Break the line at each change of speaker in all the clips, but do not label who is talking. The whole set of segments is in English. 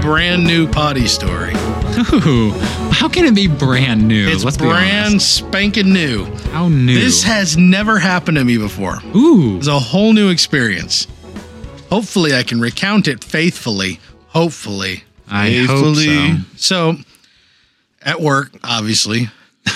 brand new potty story.
Ooh, how can it be brand new?
It's
Let's be
brand
honest.
spanking new.
How new?
This has never happened to me before.
Ooh,
It's a whole new experience. Hopefully, I can recount it faithfully. Hopefully.
I hope so.
Faithfully.
So, at work, obviously,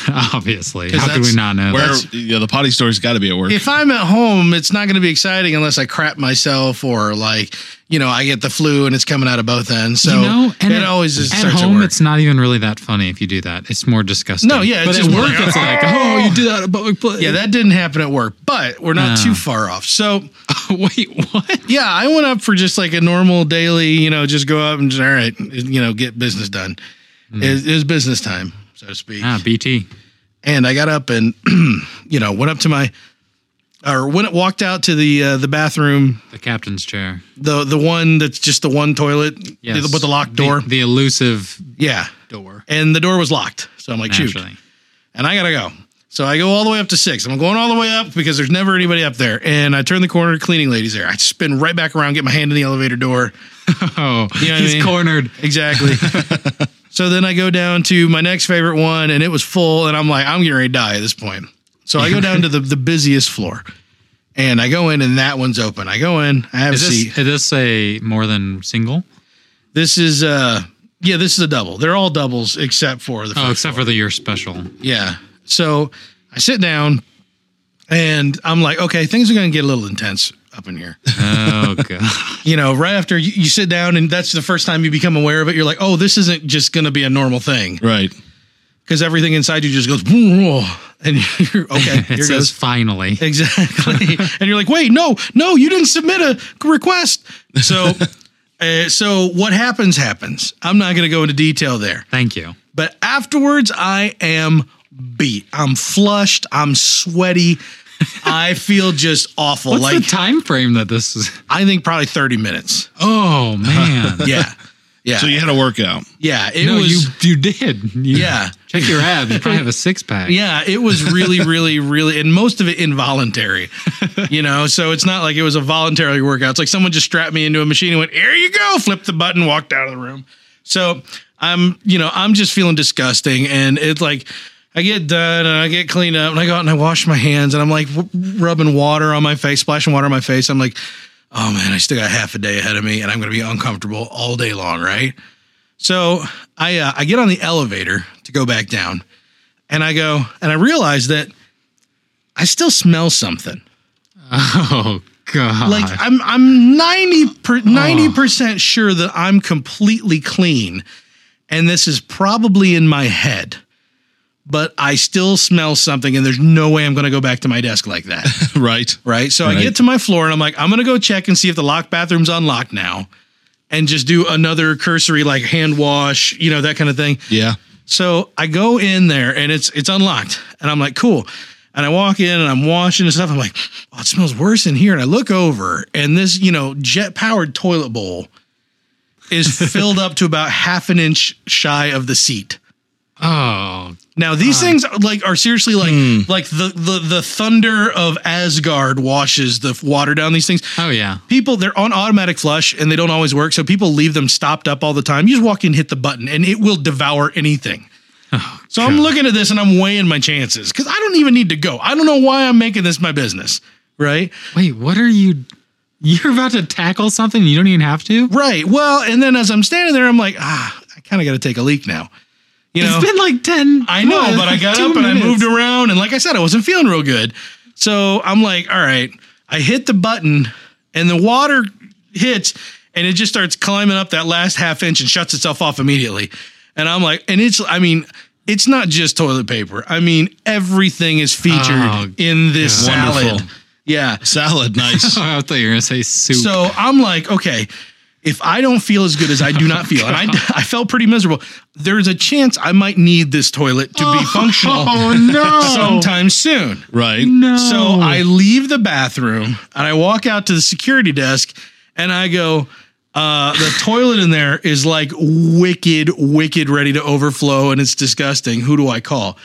Obviously,
'Cause
how could we
that's
not know?
Where
that?
yeah, the potty story's got to be at work.
if I'm at home, it's not going to be exciting unless I crap myself or like you know I get the flu and it's coming out of both ends. So
you know, and
it
at,
always is
at
starts at
home.
work.
It's not even really that funny if you do that. It's more disgusting.
No, yeah, it's
but
just
at work,
like,
it's like, oh, you did that at a public place.
yeah, that didn't happen at work, but we're not
Ah.
too far off. So
Wait, what?
yeah, I went up for just like a normal daily, you know, just go up and just, all right, you know, get business done. It, it was business time, so to speak.
Hmm. Ah, BT.
and I got up and you know went up to my or went walked out to the uh, the bathroom
The captain's chair.
the the one that's just the one toilet
Yes.
with the locked
The-
door
The, elusive
yeah
door.
and the door was locked so I'm like shoot
Naturally.
and I gotta go so I go all the way up to six I'm going all the way up because there's never anybody up there and I turn the corner cleaning ladies there I spin right back around get my hand in the elevator door
Oh,
You know what I
he's
mean?
cornered.
Exactly. so then I go down to my next favorite one, and it was full, and I'm like, I'm getting ready to die at this point. So I go down to the, the busiest floor, and I go in, and that one's open. I go in, I have
Is
a seat.
this, is this a more than single?
This is uh, yeah, this is a double. They're all doubles except for the
Oh,
first.
except for the year special.
Yeah. So I sit down, and I'm like, okay, things are gonna get a little intense up in here.
Oh god.
you know, right after you, you sit down, and that's the first time you become aware of it. You're like, oh, this isn't just gonna be a normal thing.
right.
because everything inside you just goes "Whoa," and you're okay.
it
Here
says
goes
finally.
exactly, and you're like, wait, no, no, you didn't submit a request. So, uh, so what happens happens. I'm not going to go into detail there,
Thank you.
but afterwards, I am beat. I'm flushed. I'm sweaty. I feel just awful.
What's
like
the time frame that this is?
I think probably 30 minutes.
Oh man.
Yeah, yeah,
So you had a workout.
yeah. It
no,
was
you you did. You-
Yeah.
Check your abs. You probably have a six pack.
Yeah, it was really, really, really, and most of it involuntary. You know, so it's not like it was a voluntary workout. It's like someone just strapped me into a machine and went, "Here you go," flipped the button, walked out of the room. So I'm, you know, I'm just feeling disgusting, and it's like I get done and I get cleaned up and I go out and I wash my hands and I'm like w- rubbing water on my face, splashing water on my face. I'm like, oh man, I still got half a day ahead of me, and I'm going to be uncomfortable all day long, right? So I uh, I get on the elevator to go back down, and I go and I realize that I still smell something.
Oh god.
Like I'm I'm 90 percent sure that I'm completely clean, and this is probably in my head, but I still smell something, and there's no way I'm going to go back to my desk like that,
right.
right? So I
Right.
get to my floor and I'm like, I'm going to go check and see if the locked bathroom's unlocked now. And just do another cursory like hand wash, you know, that kind of thing.
Yeah.
So I go in there and it's it's unlocked, and I'm like, cool. And I walk in and I'm washing and stuff. I'm like, oh, it smells worse in here. And I look over, and this you know jet powered toilet bowl is filled up to about half an inch shy of the seat.
oh
Now these things like are seriously like like the the the thunder of Asgard washes the water down these things.
oh yeah.
People they're on automatic flush and they don't always work, so people leave them stopped up all the time. You just walk in, hit the button, and it will devour anything. So I'm looking at this and I'm weighing my chances because I don't even need to go. I don't know why I'm making this my business. Right.
Wait, what are you? You're about to tackle something you don't even have to.
Right. Well, and then as I'm standing there, I'm like, ah, I kind of got to take a leak now. You know,
It's been like ten.
I know,
what,
but I got
two
up and I
minutes.
moved around. And like I said, I wasn't feeling real good. So I'm like, all right, I hit the button and the water hits and it just starts climbing up that last half inch and shuts itself off immediately. And I'm like, and it's, I mean, it's not just toilet paper. I mean, everything is featured
Oh,
in this
yeah.
salad.
Wonderful.
Yeah.
Salad. Nice.
Oh, I thought you were gonna say soup.
So I'm like, okay, if I don't feel as good as I do not feel, and I, I felt pretty miserable, there's a chance I might need this toilet to be functional
oh no!
sometime soon.
right.
no.
So I leave the bathroom and I walk out to the security desk and I go, uh, the toilet in there is like wicked, wicked ready to overflow and it's disgusting. Who do I call?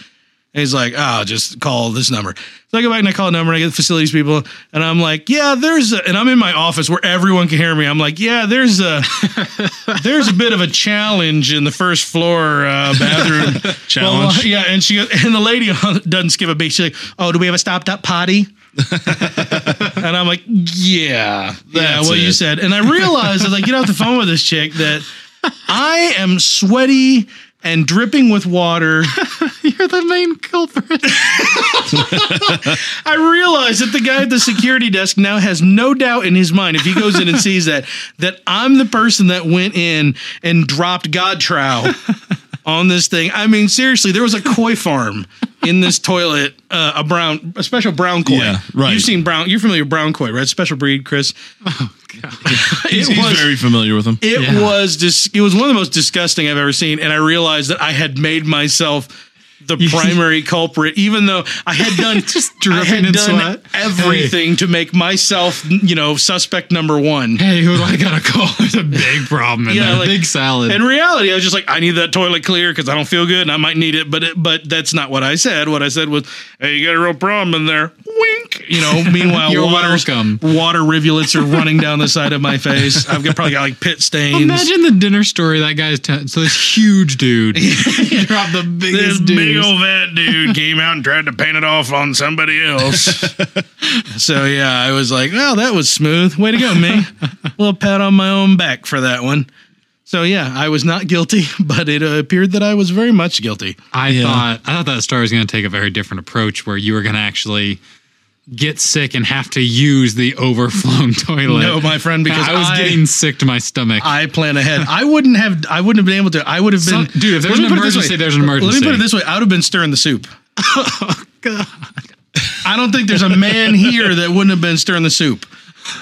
And he's like, oh, just call this number. So I go back and I call a number and I get the facilities people and I'm like, yeah, there's a, and I'm in my office where everyone can hear me. I'm like, yeah, there's a, there's a bit of a challenge in the first floor uh, bathroom.
Challenge.
Well, yeah. And she goes, and the lady doesn't skip a beat. She's like, oh, do we have a stopped up potty? and I'm like, yeah, yeah,
That's
what you
it.
said. And I realized, I was like, get off the phone with this chick that I am sweaty and dripping with water.
You're the main culprit.
I realize that the guy at the security desk now has no doubt in his mind if he goes in and sees that that I'm the person that went in and dropped Godtrow on this thing. I mean, seriously, there was a koi farm in this toilet, uh, a brown, a special brown koi.
Yeah, right.
You've seen brown. You're familiar with brown koi, right? Special breed, Chris.
He's,
It
he's
was-
very familiar with them.
It
Yeah.
was dis- it was one of the most disgusting I've ever seen, and I realized that I had made myself the primary culprit, even though I had done
Just
I
dripping
had
in
done
sweat.
everything to make myself, you know, suspect number one.
Hey, who do I gotta call? There's a big problem in
Yeah,
there.
like-
big salad.
In reality, I was just like, I need that toilet clear because I don't feel good and I might need it. But it, but that's not what I said. What I said was, hey, you got a real problem in there. Wink. You know. Meanwhile,
You're
water's-
welcome.
water rivulets are running down the side of my face. I've got, probably got like pit stains.
Imagine the dinner story that guy's telling. So this huge dude dropped the
this
biggest
big
dude.
old fat dude came out and tried to paint it off on somebody else. so yeah, I was like, "Well, that was smooth. Way to go, me!" A little pat on my own back for that one. So yeah, I was not guilty, but it uh, appeared that I was very much guilty.
I thought I thought that story was going to take a very different approach, where you were going to actually get sick and have to use the overflown toilet.
No, my friend, because
I was getting sick to my stomach.
I plan ahead. I wouldn't have. I wouldn't have been able to. I would have been,
Some- dude, if
Let
there's
me
an
put it this way.
emergency, there's an
Let me put it
emergency. Oh,
this way: I would have been stirring the soup. I don't think there's a man here that wouldn't have been stirring the soup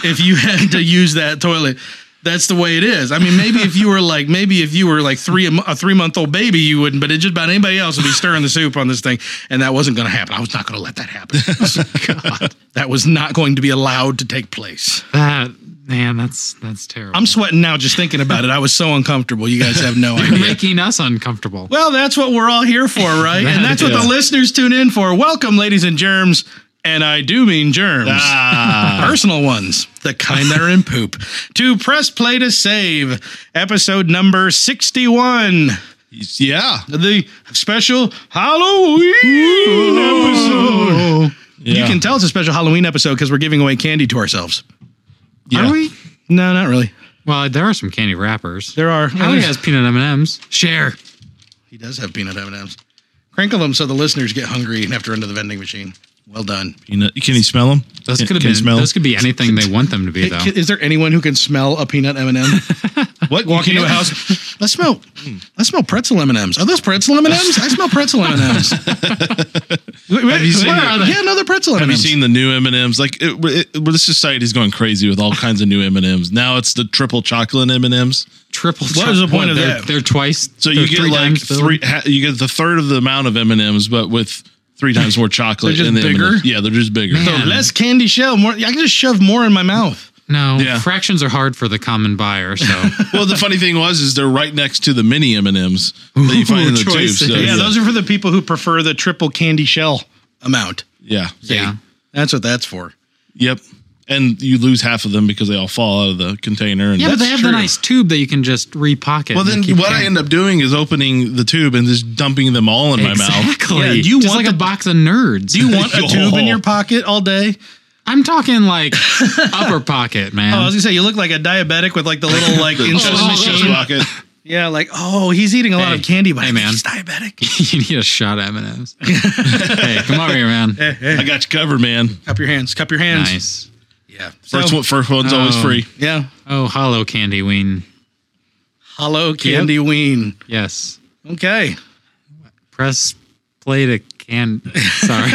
if you had to use that toilet. That's the way it is. I mean, maybe if you were like, maybe if you were like three a mo- a three month old baby, you wouldn't. But it just about anybody else would be stirring the soup on this thing, and that wasn't going to happen. I was not going to let that happen.
Oh,
That was not going to be allowed to take place.
that man, that's that's terrible.
I'm sweating now just thinking about it. I was so uncomfortable. You guys have no idea.
making us uncomfortable.
Well, that's what we're all here for, right? and that's what the
Yeah.
listeners tune in for. Welcome, ladies and germs. And I do mean germs.
Ah.
Personal ones, the kind that are in poop. To press play to save, episode number 61,
yeah.
the special Halloween episode. You
Yeah.
can tell it's a special Halloween episode because we're giving away candy to ourselves.
Yeah.
Are we?
No, not really.
Well, there are some candy wrappers.
There are.
Howie has peanut M and M's. Share.
He does have peanut M&Ms. Crinkle them so the listeners get hungry and have to run to the vending machine. Well done.
Peanut- Can you smell them?
Those
can,
could have
can
been.
you smell 'em?
Those could be anything they want them to be, though.
Is there anyone who can smell a peanut M and m
What?
Walk into a
can't-
house. I smell. I smell pretzel M and M's. Are those pretzel M and M's? I smell pretzel M and M's. Have
you seen
the-
Yeah, another pretzel M
Have
and
you
M's.
seen the new M and M's? Like, it, it, well, the society's going crazy with all kinds of new M and M's. Now it's the triple chocolate M and M's.
Triple.
What was the point of
they're,
that?
They're twice.
So
they're
you get
three
like
times filled.
three. Ha, you get the third of the amount of M and M's, but with three times more chocolate.
They're just
in the
bigger?
M&Ms. Yeah, they're just bigger.
Man.
So less candy shell. More. I can just shove more in my mouth.
No,
Yeah.
fractions are hard for the common buyer. So
well, the funny thing was is they're right next to the mini M and M's that you find in the
Ooh,
tube.
choices.
So,
Yeah,
yeah,
those are for the people who prefer the triple candy shell amount.
yeah,
yeah,
That's what that's for.
yep. And you lose half of them because they all fall out of the container. And
yeah, but they have
true.
the nice tube that you can just repocket.
well, then what I end up doing is opening the tube and just dumping them all in my mouth.
exactly?
Yeah, do you
you just
want
like
the-
a box of nerds?
Do you want a
Yo.
tube in your pocket all day?
I'm talking like upper pocket, man.
Oh, I was gonna say you look like a diabetic with like the little like insulin
Oh,
machine.
Just rock it.
Yeah, like oh, he's eating a lot
Hey.
of candy, but I
Hey,
think
man.
he's diabetic.
you need a shot at M&Ms. hey, come over here, man.
I got you covered, man.
Cup your hands. Cup your hands.
Nice.
Yeah. So,
First, one, first one's always
Oh.
free.
yeah.
Oh, hollow candy ween.
Hello, Candy Ween.
Yes.
Okay.
Press play to can. Sorry.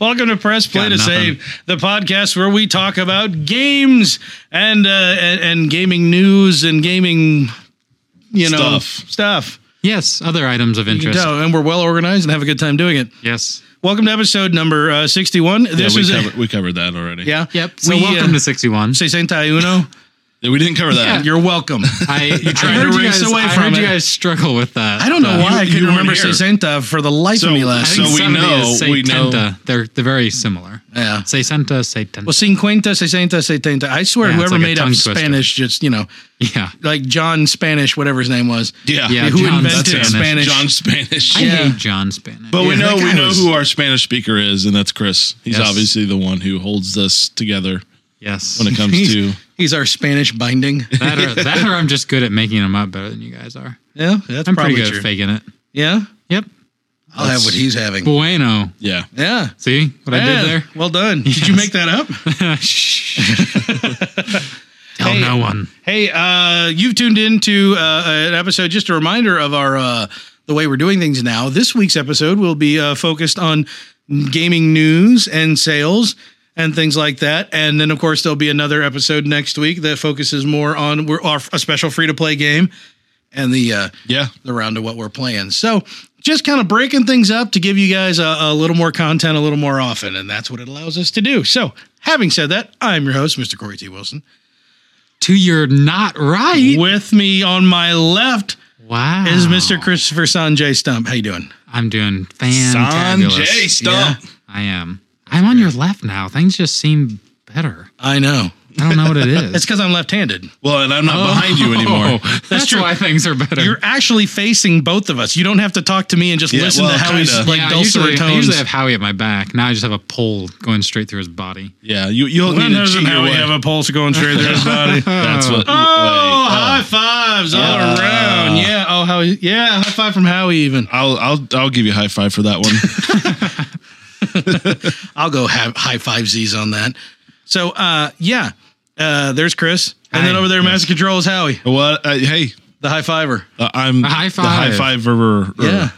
Welcome to Press Play
Got
to
nothing.
Save, the podcast where we talk about games and uh, and, and gaming news and gaming, you know,
Stuff.
stuff.
yes, other items of
You
interest.
know, and we're well organized and have a good time doing it.
Yes.
Welcome to episode number uh, sixty-one. This
yeah, we,
is a-
covered, we covered that already.
yeah. uh,
Yep. So
We,
welcome
uh,
to 61.
Say Sentai Uno.
Yeah, we didn't cover that.
You're welcome.
I, you
tried
I
to
heard you
race
guys,
away
I
from
heard you
it.
guys struggle with that. uh,
I don't know
but-
why I
you
couldn't
weren't
remember
here.
Santa for the life
So-
of me
I
last.
think
So we
70 is
know- we know-
Seitenta. They're they're very similar.
Yeah.
Seitenta, Seitenta.
Well, cinquenta, sesenta, setenta. I swear,
Yeah, it's
whoever
like a
made up
tongue twister.
Spanish, just you know,
yeah.
like John Spanish, whatever his name was.
Yeah.
Yeah,
who
John
invented
Spanish.
Spanish?
John Spanish.
I
Yeah.
hate John Spanish.
But we
Yeah,
know
that
we
guy
know
was-
who our Spanish speaker is, and that's Chris. He's
Yes.
obviously the one who holds us together
yes.
when it comes to.
He's our Spanish binding.
that, or, that or I'm just good at making them up better than you guys are.
Yeah, that's
I'm
probably
pretty good
true.
at faking it.
Yeah,
Yep.
I'll have what he's having.
Bueno.
Yeah,
Yeah.
See what I
Yeah,
did there?
Well done. Did you make that up?
Shh. Tell
Hey.
Oh, no one.
Hey, uh, you've tuned in to uh, an episode. Just a reminder of our uh, the way we're doing things now. This week's episode will be uh, focused on gaming news and sales and things like that. And then, of course, there'll be another episode next week that focuses more on we're, our, a special free to play game and the uh,
yeah.
the round of what we're playing. So. Just kind of breaking things up to give you guys a, a little more content a little more often. And that's what it allows us to do. So, having said that, I'm your host, Mr. Corey T. Wilson.
To your not right.
With me on my left
Wow.
is Mr. Christopher Sanjay Stump. How you doing?
I'm doing fantabulous.
Sanjay Stump.
I am. I'm on your left now. Things just seem better.
I know.
I don't know what it is.
It's because I'm left-handed.
Well, and I'm
Oh.
not behind you anymore.
That's,
true.
why things are better.
You're actually facing both of us. You don't have to talk to me and just
Yeah,
listen
well,
to how he's
kinda.
like
Yeah, I
dulcet
usually, I
tones.
usually have Howie at my back. Now I just have a pole going straight through his body.
Yeah, you you'll need to cheat your way.
a Oh. pulse going straight through his body. Oh,
That's what.
high fives all
Oh. Yeah.
around. Yeah. Oh, how? Yeah, high five from Howie. Even
I'll I'll I'll give you a high five for that one.
I'll go have high five Z's on that. So, uh, yeah. Uh, there's Chris, and then
Hi.
over there, Master Control is Howie,
what? Uh, hey,
the high fiver.
uh, I'm
A high
The high
five.
five. er- er-
Yeah.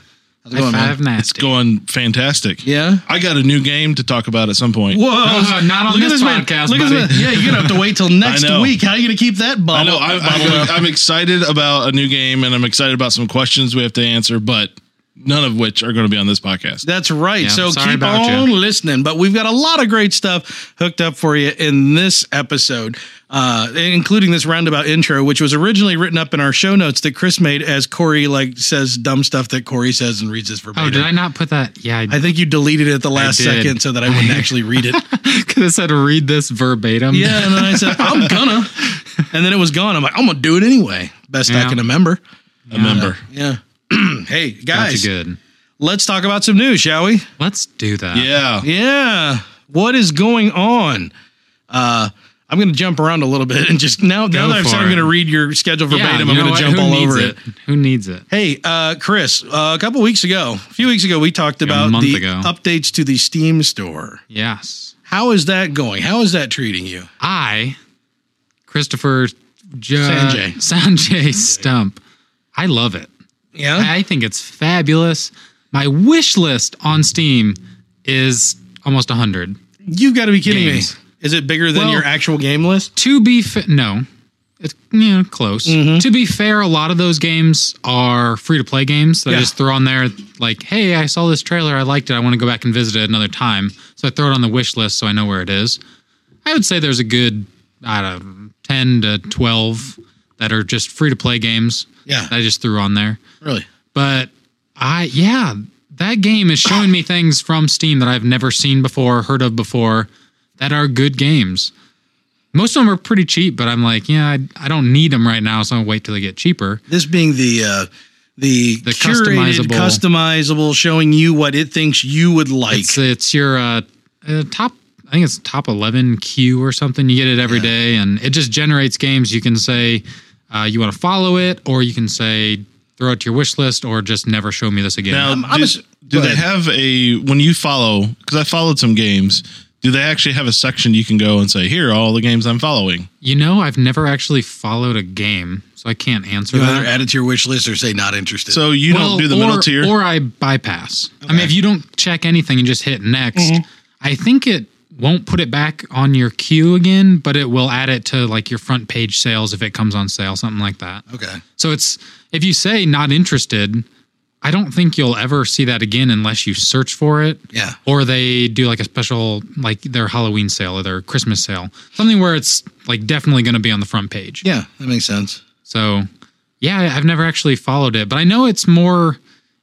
How's it
High
going, man?
five nasty.
It's going fantastic.
Yeah.
I got a new game to talk about at some point.
Whoa!
Uh, not on
Look at
this
man.
podcast,
Look at
buddy.
this man. Yeah, you're gonna have to wait till next
know.
week. How are you gonna keep that
I
bubble?
know. I,
bubbled
I'm,
up?
I'm excited about a new game, and I'm excited about some questions we have to answer, but none of which are going to be on this podcast.
That's right.
Yeah,
so
sorry
keep
about you.
on listening. But we've got a lot of great stuff hooked up for you in this episode, uh, including this roundabout intro, which was originally written up in our show notes that Chris made as Corey like says dumb stuff that Corey says and reads this verbatim.
oh, did I not put that? Yeah, I
I think you deleted it at the last
did.
second so that I wouldn't actually read it.
because it said read this verbatim.
Yeah, and then I said, I'm gonna. And then it was gone. I'm like, I'm gonna do it anyway. Best I
Yeah.
can remember.
A member.
Yeah. hey,
Not too
guys,
good.
let's talk about some news, shall we?
Let's do that.
Yeah.
Yeah. What is going on? Uh, I'm going to jump around a little bit and just now, now
Go
that I've said
for
I'm
it.
going to read your schedule
Yeah,
verbatim,
you
I'm
know
going to jump
what? Who
all
needs
over it.
Who needs it?
Hey, uh, Chris, uh, a couple weeks ago, a few weeks ago, we talked about
month
the
ago.
updates to the Steam store.
Yes,
How is that going? How is that treating you?
I, Christopher J-
Sanjay.
Sanjay Stump. I love it.
Yeah.
I think it's fabulous. My wish list on Steam is almost 100.
You've got to be kidding
Games.
me. Is it bigger than
Well-
your actual game list?
To be fair, no, it's you know, close.
Mm-hmm.
To be fair, a lot of those games are free to play games that
Yeah.
I just throw on there, like, hey, I saw this trailer, I liked it, I want to go back and visit it another time. So I throw it on the wish list so I know where it is. I would say there's a good, I don't know, 10 to 12 that are just free to play games
Yeah.
that I just threw on there.
Really?
but I yeah, that game is showing me things from Steam that I've never seen before, heard of before, that are good games. Most of them are pretty cheap, but I'm like, yeah, I, I don't need them right now, so I'll wait till they get cheaper.
This being the uh, the,
The
curated,
customizable-
customizable, showing you what it thinks you would like.
It's it's your uh, uh, top, I think it's top eleven queue or something. You get it every day, and it just generates games. You can say uh, you want to follow it, or you can say throw it to your wish list, or just never show me this again.
Now,
I'm-
do,
I'm ass-
do
go
they
ahead.
have a when you follow? Because I followed some games. Do they actually have a section you can go and say, "Here are all the games I'm following"?
you know, I've never actually followed a game, so I can't answer
You
that.
either add it to your wish list or say not interested.
So you
Well,
don't do the middle
or-
tier.
Or I bypass. I mean, if you don't check anything and just hit next, I think it won't put it back on your queue again, but it will add it to like your front page sales if it comes on sale, something like that.
okay.
So it's if you say not interested, I don't think you'll ever see that again unless you search for it
Yeah.
or they do like a special like their Halloween sale or their Christmas sale. Something where it's like definitely going to be on the front page.
Yeah. That makes sense.
So, yeah, I- I've never actually followed it, but I know it's more.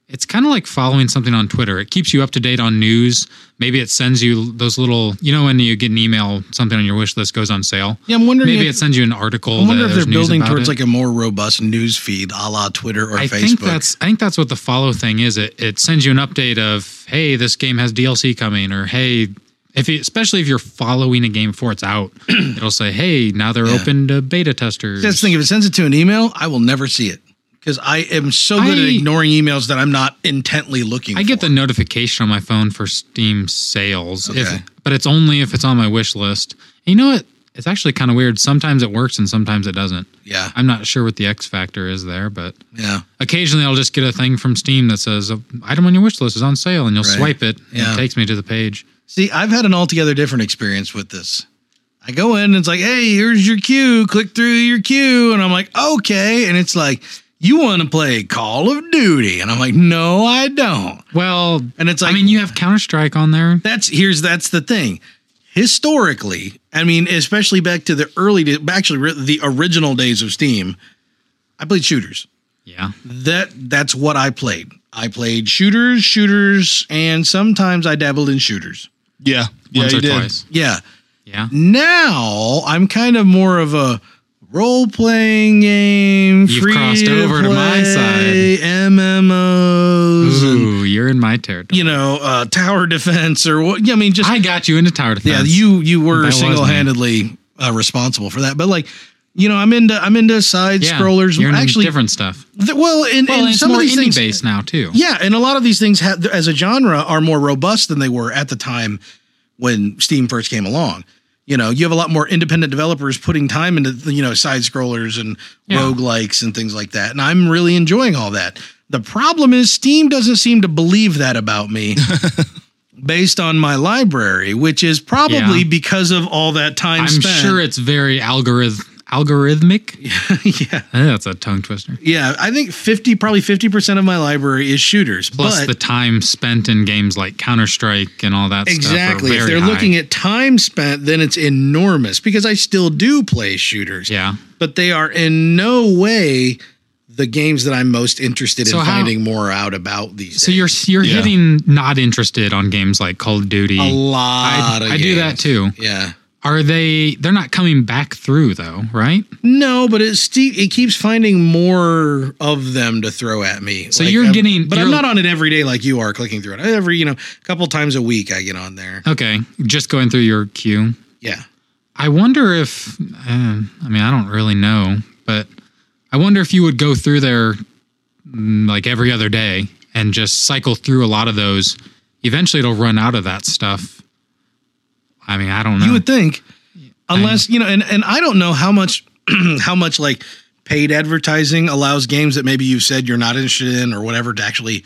It's kind of like following something on Twitter. It keeps you up to date on news. Maybe it sends you those little, you know, when you get an email, something on your wish list goes on sale.
Yeah. I'm wondering
Maybe
if-
it sends you an article.
I wonder
that
if they're
there's news
building
about
towards
it.
like a more robust news feed, a la Twitter or
I
Facebook.
think that's I think that's what the follow thing is. It it sends you an update of hey, this game has DLC coming, or hey, if you, especially if you're following a game before it's out, it'll say hey, now they're open to beta testers.
That's the thing. If it sends it to an email, I will never see it because I am so good
I-
at ignoring emails that I'm not intently looking.
I get
for.
the notification on my phone for Steam sales, if-
Okay.
but it's only if it's on my wish list. And you know what? It's actually kind of weird. Sometimes it works and sometimes it doesn't.
Yeah,
I'm not sure what the X factor is there, but
yeah,
occasionally I'll just get a thing from Steam that says item on your wish list is on sale, and you'll
Right.
swipe it. and
Yeah.
It takes me to the page.
See, I've had an altogether different experience with this. I go in and it's like, hey, here's your queue. Click through your queue. And I'm like, okay. And it's like, you want to play Call of Duty. And I'm like, no, I don't.
Well,
And it's like,
I mean, you have Counter Strike on there.
that's here's that's the thing historically i mean especially back to the early da- actually re- the original days of steam i played shooters
Yeah.
that that's what i played i played shooters shooters and sometimes i dabbled in shooters
Yeah, yeah,
Once
you
or
did.
twice.
yeah
Yeah.
now i'm kind of more of a role-playing game
You've crossed over to my Mm-hmm.
free-to-play, mmos and,
Ooh, you're in my territory.
you know uh, tower defense or what i mean just
I got you into Tower Defense.
Yeah, you you
That
were
was me.
single handedly uh, responsible for that. But like, you know, I'm into I'm into side
Yeah,
scrollers.
You're in
Actually,
different stuff.
th- well, and,
Well,
and
and it's
some
more
of these
indie
things,
based now too.
yeah, and a lot of these things ha- th- as a genre are more robust than they were at the time when Steam first came along. You know, you have a lot more independent developers putting time into the, you know side scrollers and
Yeah.
roguelikes and things like that, and I'm really enjoying all that. The problem is Steam doesn't seem to believe that about me. Based on my library, which is probably
Yeah.
because of all that time
I'm
spent.
sure it's very algorithm algorithmic.
yeah,
Eh, That's a tongue twister.
yeah. I think fifty, probably fifty percent of my library is shooters.
Plus
but
the time spent in games like Counter Strike and all that stuff.
Exactly. If they're looking at time spent, then it's enormous because I still do play shooters,
yeah.
but they are in no way the games that I'm most interested
So
in
how-
finding more out about these.
So you're you're
Yeah.
hitting not interested on games like Call of Duty.
a lot.
I,
of
I do that
games.
too.
Yeah.
Are they? They're not coming back through though, right?
No, but it's ste- it keeps finding more of them to throw at me. So
you're getting-
but I'm
you're-
not on it every day like you are clicking through it. Every you know, couple times a week I get on there.
Okay, just going through your queue.
Yeah.
I wonder if, uh, I mean, I don't really know, but I wonder if you would go through there mm, like every other day and just cycle through a lot of those. Eventually, it'll run out of that stuff. I mean, I don't know.
You would think, unless you know, and and I don't know how much how much like paid advertising allows games that maybe you've said you're not interested in or whatever to actually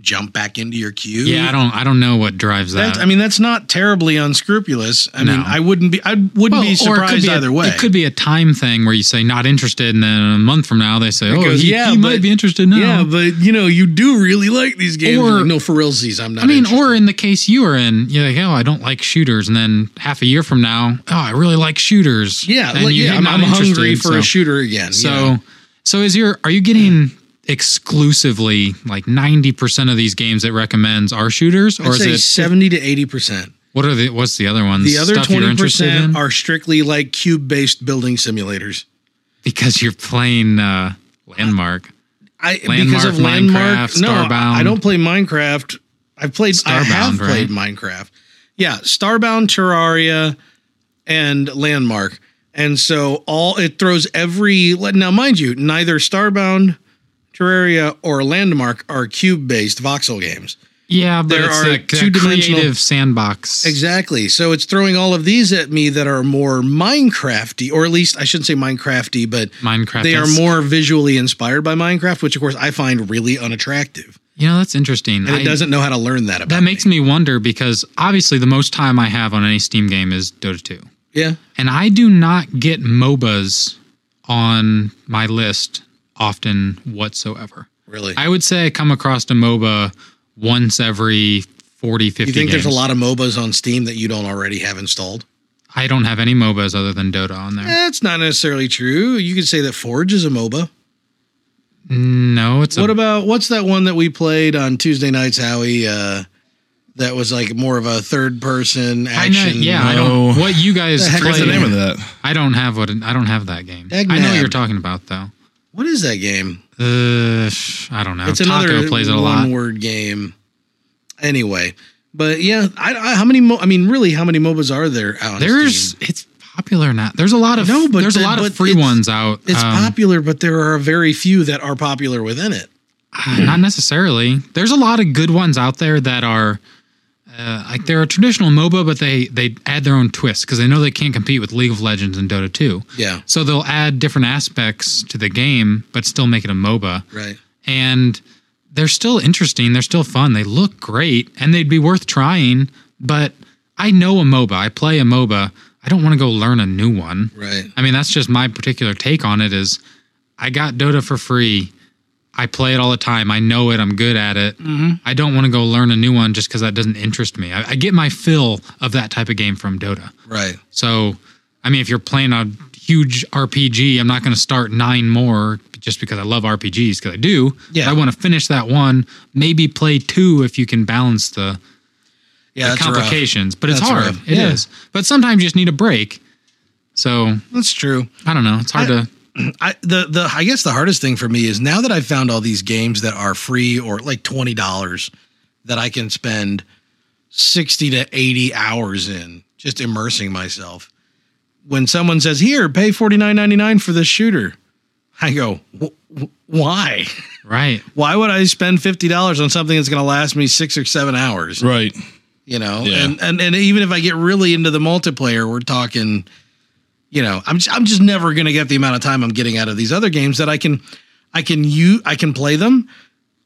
jump back into your queue.
yeah, I don't. I don't know what drives that.
That's, I mean, that's not terribly unscrupulous. I mean,
No.
I wouldn't be I wouldn't
Well,
be
or it could
surprised
be a-
either way.
It could be a time thing where you say not interested, and then a month from now they say, "Oh,
goes,
he,
"Yeah,
he
but-
might be interested now."
yeah, but you know, you do really like these games.
Or-
Like, no, for realsies, I'm not.
I mean,
interested.
or in the case you are in, you're like, oh, I don't like shooters, and then half a year from now, oh, I really like shooters.
yeah,
and
like,
you-
yeah,
you're
I'm,
not
I'm hungry
interested,
for a
so-
shooter again. you
So,
know?
so is your are you getting exclusively like ninety percent of these games it recommends are shooters, or
I'd
is
say
it
seventy to eighty percent.
what are the what's the other ones?
The other
Stuff you're
twenty
interested
percent
in?
are strictly like cube-based building simulators.
because you're playing uh, Landmark.
I because
Landmark,
of landmark.
Minecraft,
no,
Starbound.
I don't play Minecraft. I've played. I have
Starbound,
played Minecraft. Yeah, Starbound, Terraria, and Landmark, and so all it throws every. Now, mind you, neither Starbound, Terraria, or Landmark are cube-based voxel games.
Yeah, but
There
it's
are
the, the
two-dimensional-
creative sandbox.
Exactly. So it's throwing all of these at me that are more Minecrafty, or at least I shouldn't say Minecrafty, but
Minecraft.
they are
that's-
more visually inspired by Minecraft, which of course I find really unattractive.
You know, that's interesting.
and it
I-
doesn't know how to learn that about
That makes me wonder because obviously the most time I have on any Steam game is Dota 2.
yeah
And I do not get MOBAs on my list often whatsoever.
Really?
I would say I come across a MOBA once every 40, 50
you think
games.
there's a lot of MOBAs on Steam that you don't already have installed?
I don't have any MOBAs other than Dota on there.
That's not necessarily true. You could say that Forge is a MOBA.
No, it's
what
a,
about what's that one that we played on Tuesday nights, Howie? Uh, that was like more of a third person
I know,
action.
yeah, I
No.
don't. What you guys
The heck
play?
is
What's the name of that?
I don't have what I don't have that game.
Egg
I know what
Nab.
you're talking about though.
What is that game?
Uh, I don't know.
It's
Taco
another
plays it a
one
lot.
word game. Anyway, but yeah, I, I how many? Mo- I mean, really, how many MOBAs are there out? on
There's
Steam?
it's popular now. There's a lot of
No,
no,
but
but there's
the-
a lot
but
of free
it's-
ones out.
it's
Um,
popular, but there are very few that are popular within it.
Uh, not necessarily. There's a lot of good ones out there that are uh, like they're a traditional MOBA, but they they add their own twist because they know they can't compete with League of Legends and Dota 2.
Yeah,
So they'll add different aspects to the game, but still make it a MOBA.
right.
And they're still interesting. They're still fun. They look great, and they'd be worth trying. But I know a MOBA. I play a MOBA. I don't want to go learn a new one.
Right.
I mean, that's just my particular take on it is I got Dota for free. I play it all the time. I know it. I'm good at it.
Mm-hmm.
I don't want to go learn a new one just because that doesn't interest me. I, I get my fill of that type of game from Dota.
Right.
So, I mean, if you're playing a huge RPG, I'm not going to start nine more just because I love RPGs because I do.
Yeah.
I want to finish that one. Maybe play two if you can balance the,
Yeah,
the
that's rough.
complications. But it's
That's
hard.
rough.
It is.
Yeah.
But sometimes you just need a break. So
That's true.
I don't know. It's hard
I-
to.
I the the I guess the hardest thing for me is now that I've found all these games that are free or like twenty dollars that I can spend sixty to eighty hours in just immersing myself. When someone says, "Here, pay forty nine ninety nine for this shooter," I go, "Wh- wh- "Why?
Right.
Why would I spend fifty dollars on something that's going to last me six or seven hours?"
Right.
you know
Yeah.
and, and and even if i get really into the multiplayer we're talking you know i'm just, i'm just never going to get the amount of time i'm getting out of these other games that i can i can you i can play them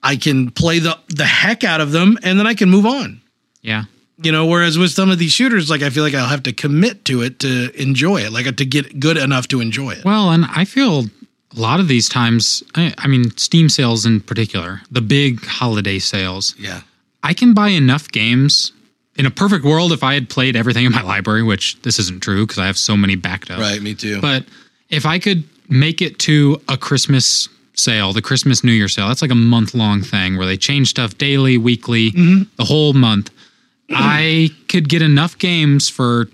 i can play the the heck out of them and then i can move on
Yeah.
you know whereas with some of these shooters like i feel like i'll have to commit to it to enjoy it like uh, to get good enough to enjoy it
Well, and I feel a lot of these times, I, I mean, Steam sales in particular, the big holiday sales,
yeah
I can buy enough games. In a perfect world, if I had played everything in my library, which this isn't true because I have so many backed up.
right me too
But if I could make it to a Christmas sale, the Christmas New Year sale, that's like a month long thing where they change stuff daily, weekly, the whole month. I could get enough games for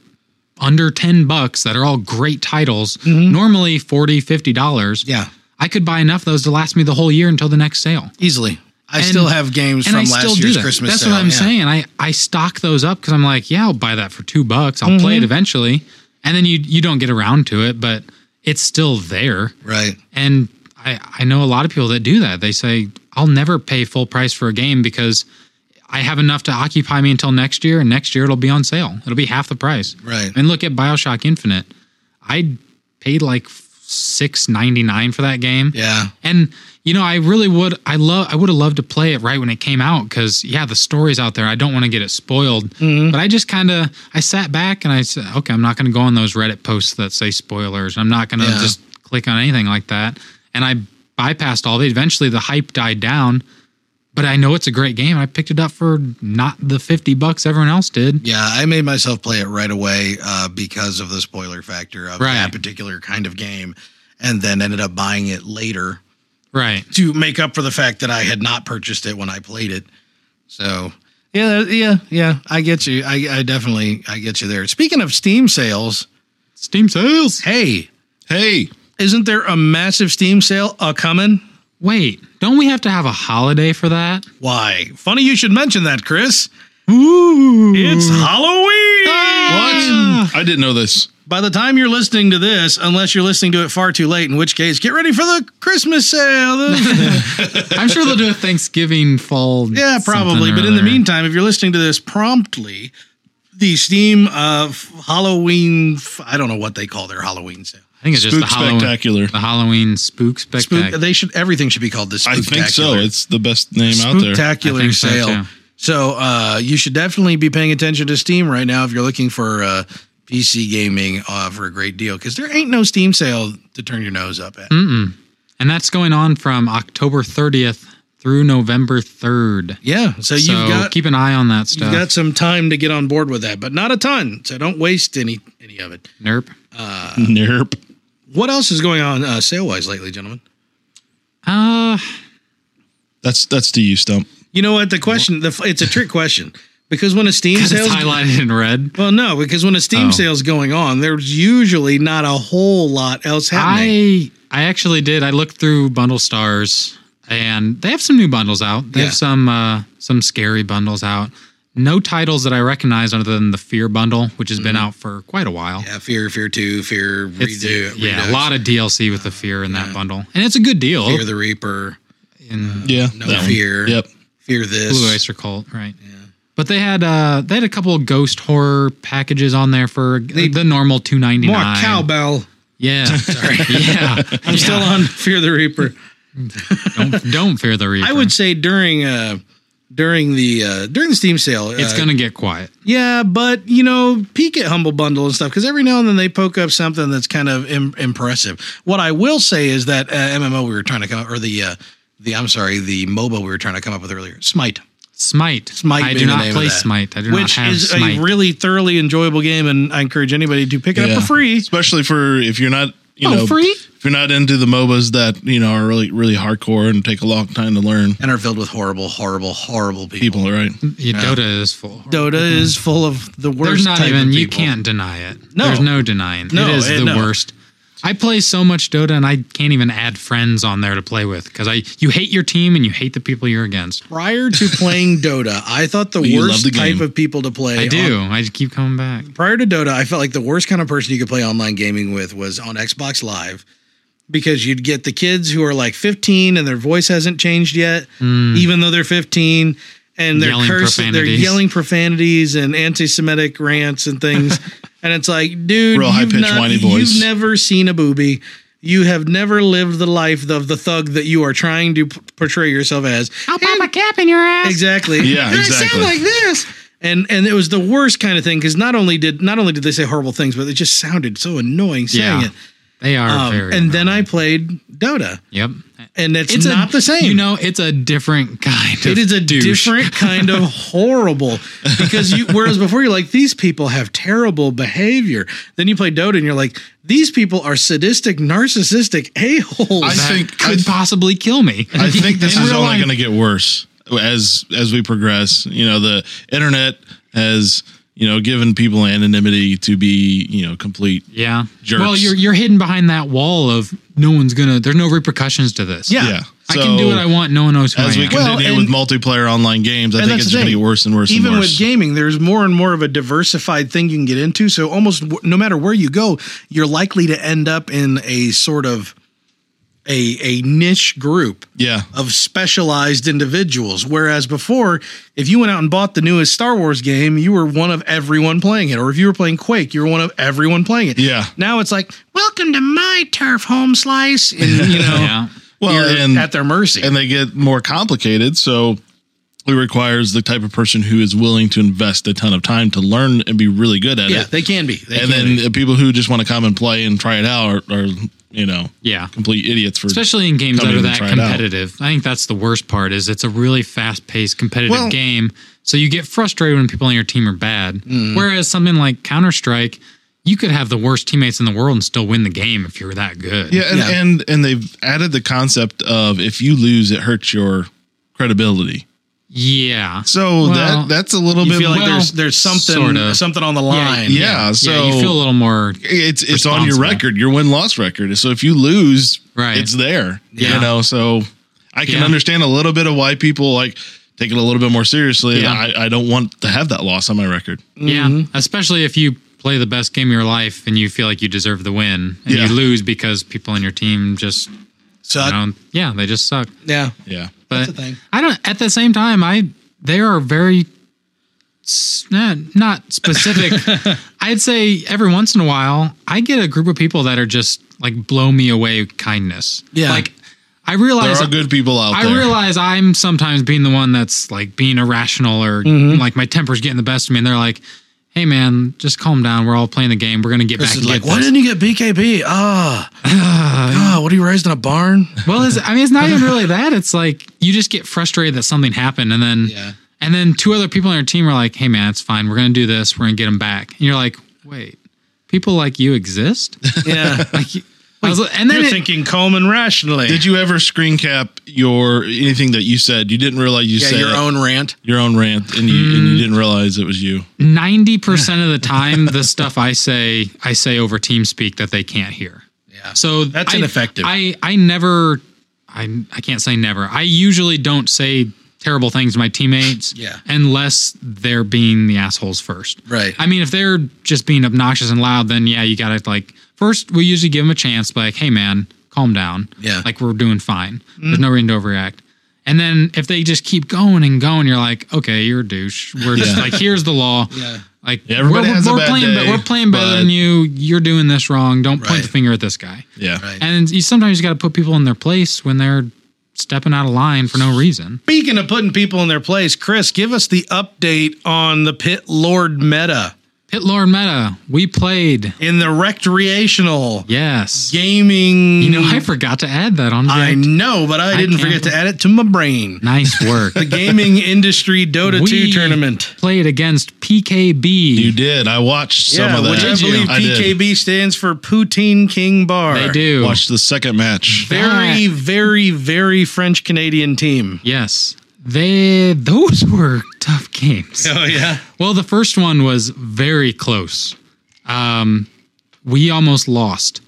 under 10 bucks that are all great titles, normally 40, 50 dollars.
yeah
I could buy enough of those to last me the whole year until the next sale.
easily i
And-
still have games
And
from
I
last
still do
year's
that.
christmas
That's
sale.
what I'm
Yeah.
saying. I, I stock those up because I'm like, yeah, I'll buy that for two bucks. I'll play it eventually. And then you you don't get around to it, but it's still there.
right
And I, I know a lot of people that do that. They say, I'll never pay full price for a game because I have enough to occupy me until next year, and next year it'll be on sale. It'll be half the price.
Right.
And look at Bioshock Infinite. I paid like six ninety nine for that game.
yeah
And you know, I really would. I love. I would have loved to play it right when it came out because yeah, the story's out there. I don't want to get it spoiled.
Mm-hmm.
But I just kind of I sat back and I said, okay, I'm not going to go on those Reddit posts that say spoilers. I'm not going to
Yeah.
just click on anything like that. And I bypassed all of it. Eventually, the hype died down. But I know it's a great game. I picked it up for not the fifty bucks everyone else did.
Yeah, I made myself play it right away uh, because of the spoiler factor of
Right.
that particular kind of game, and then ended up buying it later
Right.
to make up for the fact that I had not purchased it when I played it. So yeah, yeah, yeah. I get you. I, I definitely I get you there. Speaking of Steam sales,
Steam sales.
hey,
Hey.
isn't there a massive Steam sale a coming?
Wait, don't we have to have a holiday for that?
Why? Funny you should mention that, Chris.
Ooh. Ah!
It's Halloween.
What? I didn't know this.
By the time you're listening to this, unless you're listening to it far too late, in which case, get ready for the Christmas sale.
I'm sure they'll do a Thanksgiving fall.
yeah, probably.
something
But
or
in the
other.
meantime, if you're listening to this promptly, the Steam uh, f- Halloween, f- I don't know what they call their Halloween sale.
I think it's just the
Spook
Halloween,
spectacular.
the Halloween spook spectacular.
Spook, they should, everything should be called this.
I think so. It's the best name out there.
I
spectacular
think so,
sale. So,
too.
uh, you should definitely be paying attention to Steam right now if you're looking for uh, PC gaming uh, for a great deal because there ain't no
Hmm?
Steam sale to turn your nose up at.
and that's going on from October 30th through November 3rd.
Yeah. So,
So
you've got
keep an eye on that
you've
stuff.
got some time to get on board with that, but not a ton. So don't waste any any of it.
Nerp.
Nerp.
What else is going on uh, sale wise lately, gentlemen?
Uh,
That's that's to you, Stump.
You know what? The question the, f- it's a trick question because when a Steam
it's
sales
highlighted in red.
well no because when a Steam
Oh.
sale's going on, there's usually not a whole lot else happening.
I I actually did. I looked through Bundle Stars, and they have some new bundles out. They
Yeah.
have some uh, some scary bundles out. No titles that I recognize other than the Fear Bundle, which has been out for quite a while.
Mm-hmm. yeah, fear, fear two, fear
It's-
redo.
yeah,
Redux,
a lot of DLC with the Fear in that bundle, and it's a good deal.
fear the Reaper,
in
Yeah.
no
that one.
fear.
Yep.
fear this.
Blue Oyster Cult, right? But they had uh, they had a couple of ghost horror packages on there for the normal two ninety
More
nine.
cowbell.
Yeah, sorry. yeah.
I'm still on fear the Reaper.
don't, don't fear the reaper.
I would say during uh during the uh during the Steam sale,
It's
uh,
gonna get quiet.
yeah, but you know, peek at Humble Bundle and stuff because every now and then they poke up something that's kind of Im- impressive. What I will say is that uh, MMO we were trying to come or the uh the I'm sorry, the MOBA we were trying to come up with earlier, Smite,
Smite.
Smite
I
being
do
the
not
name of
play
that.
Smite. I do
which
not have
is
Smite.
a really thoroughly enjoyable game, and I encourage anybody to pick it
Yeah.
up for free.
Especially for if you're not you
Oh,
know
free?
if you're not into the MOBAs that you know are really really hardcore and take a long time to learn.
And are filled with horrible, horrible, horrible people.
People, right?
Yeah, Dota is full.
Dota is full of the worst.
There's Mm-hmm. not
type
even.
Of
You
people.
can't deny it.
No.
There's no denying.
No,
it is
eh,
the
no.
worst. I play so much Dota and I can't even add friends on there to play with because I you hate your team and you hate the people you're against.
prior to playing Dota, I thought the
But you
worst
love the
type
game.
of people to play.
I
on-
do. I just keep coming back.
prior to Dota, I felt like the worst kind of person you could play online gaming with was on Xbox Live because you'd get the kids who are like 15 and their voice hasn't changed yet, even though they're 15 and they're
Hmm. Yelling
cursing, they're
profanities.
yelling profanities and anti-Semitic rants and things. and it's like, dude,
Real
you've,
high-pitched,
not-
whiny
you've
voice.
never seen a booby. You have never lived the life of the thug that you are trying to p- portray yourself as.
I'll pop a cap in your ass.
Exactly.
Yeah,
They
exactly.
sound like this. And and it was the worst kind of thing because not only did not only did they say horrible things, but it just sounded so annoying saying
Yeah.
it.
They are
Um,
very.
and then I played Dota,
Yep.
and it's, not
a,
the same.
You know, it's a different kind.
it
of
is a
douche.
different kind of horrible because you. Whereas before you're like these people have terrible behavior, then you play Dota and you're like these people are sadistic, narcissistic a holes.
I-
that
think-
could
I-
possibly kill me.
I think this
In
is
real
only
life.
going to get worse as as we progress. You know, the internet has you know given people anonymity to be you know complete.
Yeah.
Jerks.
Well, you're you're hidden behind that wall of no one's gonna. There's no repercussions to this.
Yeah.
Yeah,
I can do what I want. No one knows who I
As we
am.
Well,
continue
and-
with multiplayer online games, I
And
think
that's
it's
the
going to
thing.
get worse and worse.
even
and worse.
with gaming there's more and more of a diversified thing you can get into so almost w- no matter where you go you're likely to end up in a sort of a a niche group
yeah,
of specialized individuals whereas before if you went out and bought the newest Star Wars game you were one of everyone playing it or if you were playing Quake you were one of everyone playing it
Yeah.
now it's like welcome to my turf home slice and you know
yeah.
well,
you're
and
at their mercy
and they get more complicated. So it requires the type of person who is willing to invest a ton of time to learn and be really good at
yeah
it.
they can be They can
and then
be.
the people who just want to come and play and try it out are, are you know
Yeah.
complete idiots for
Especially in games that
Come in
are
and
that
try it out.
competitive. I think that's the worst part. Is it's a really fast paced competitive
Well-
game, so you get frustrated when people on your team are bad.
Mm-hmm.
Whereas something like Counter Strike. You could have the worst teammates in the world and still win the game if you're that good.
Yeah, and,
Yeah.
and and they've added the concept of if you lose, it hurts your credibility.
Yeah.
So
Well,
that that's a little
you
bit.
feel like
Well,
there's there's something
sorta.
something on the
Yeah,
line
yeah, so
yeah, you feel a little more
it's it's on your
responsible.
record, your win loss record. So if you lose,
Right.
it's there.
Yeah.
You know, so I can
Yeah.
understand a little bit of why people like take it a little bit more seriously.
Yeah.
And I, I don't want to have that loss on my record.
Yeah,
Mm-hmm.
especially if you play the best game of your life and you feel like you deserve the win, and
Yeah.
you lose because people on your team just, you
so I-
know, yeah, they just suck.
yeah
Yeah.
But
the thing.
I don't. At the same time, I they are very s- eh, not specific. I'd say every once in a while, I get a group of people that are just like blow me away with kindness.
Yeah.
like I
There
realize
are good people out
I
there.
realize I'm
Mm-hmm.
sometimes being the one that's like being irrational or like my temper's getting the best of me, and they're like, hey man, just calm down. We're all playing the game. We're gonna get
This
back
is
and
like,
get
why
this.
didn't you get BKB? Ah, ah, what are you raised in a barn?
Well, it's, I mean, it's not even really that. It's like you just get frustrated that something happened, and then
Yeah.
and then two other people on your team are like, "Hey, man, it's fine. We're gonna do this. We're gonna get them back." And you're like, "Wait, people like you exist?"
Yeah,
Like, I was, and then
you're
it-
thinking Coleman rationally.
Did you ever screen cap your anything that you said? You didn't realize you
yeah,
said
your
it,
own rant.
your own rant, and you, and you didn't realize it was you.
ninety percent of the time, the stuff I say, I say over TeamSpeak that they can't hear.
Yeah.
So
That's
I-
ineffective.
I I never, I I can't say never. I usually don't say terrible things to my teammates.
Yeah.
Unless they're being the assholes first.
Right.
I mean, if they're just being obnoxious and loud, then yeah, you gotta like first we usually give them a chance. Like, hey man, calm down.
Yeah.
Like we're doing fine.
Mm.
There's no reason to overreact. And then if they just keep going and going, you're like, okay, you're a douche. We're just
Yeah.
like, here's the law.
Yeah.
Like
Yeah, everybody
we're,
has a
we're
bad
playing,
day,
but we're playing better
but-
than you. You're doing this wrong. Don't point
Right.
the finger at this guy.
Yeah.
Right.
And you, sometimes you got to put people in their place when they're stepping out of line for no reason.
Speaking of putting people in their place, Chris, give us the update on the Pit Lord meta
Pit Lord Meta, we played.
in the recreational
Yes.
gaming.
You know, I forgot to add that on.
I
Jack.
know, but I, didn't
can't
forget to
bel-
add it to my brain.
Nice work.
The gaming industry Dota 2
We
tournament.
Played against PKB.
You did. I watched some of that.
which I
Did you?
believe
I did.
PKB stands for Poutine King Bar.
they do.
Watched the second match.
Very, very, very French Canadian team.
Yes. They those were tough games.
Oh yeah,
Well, the first one was very close. Um, we almost lost.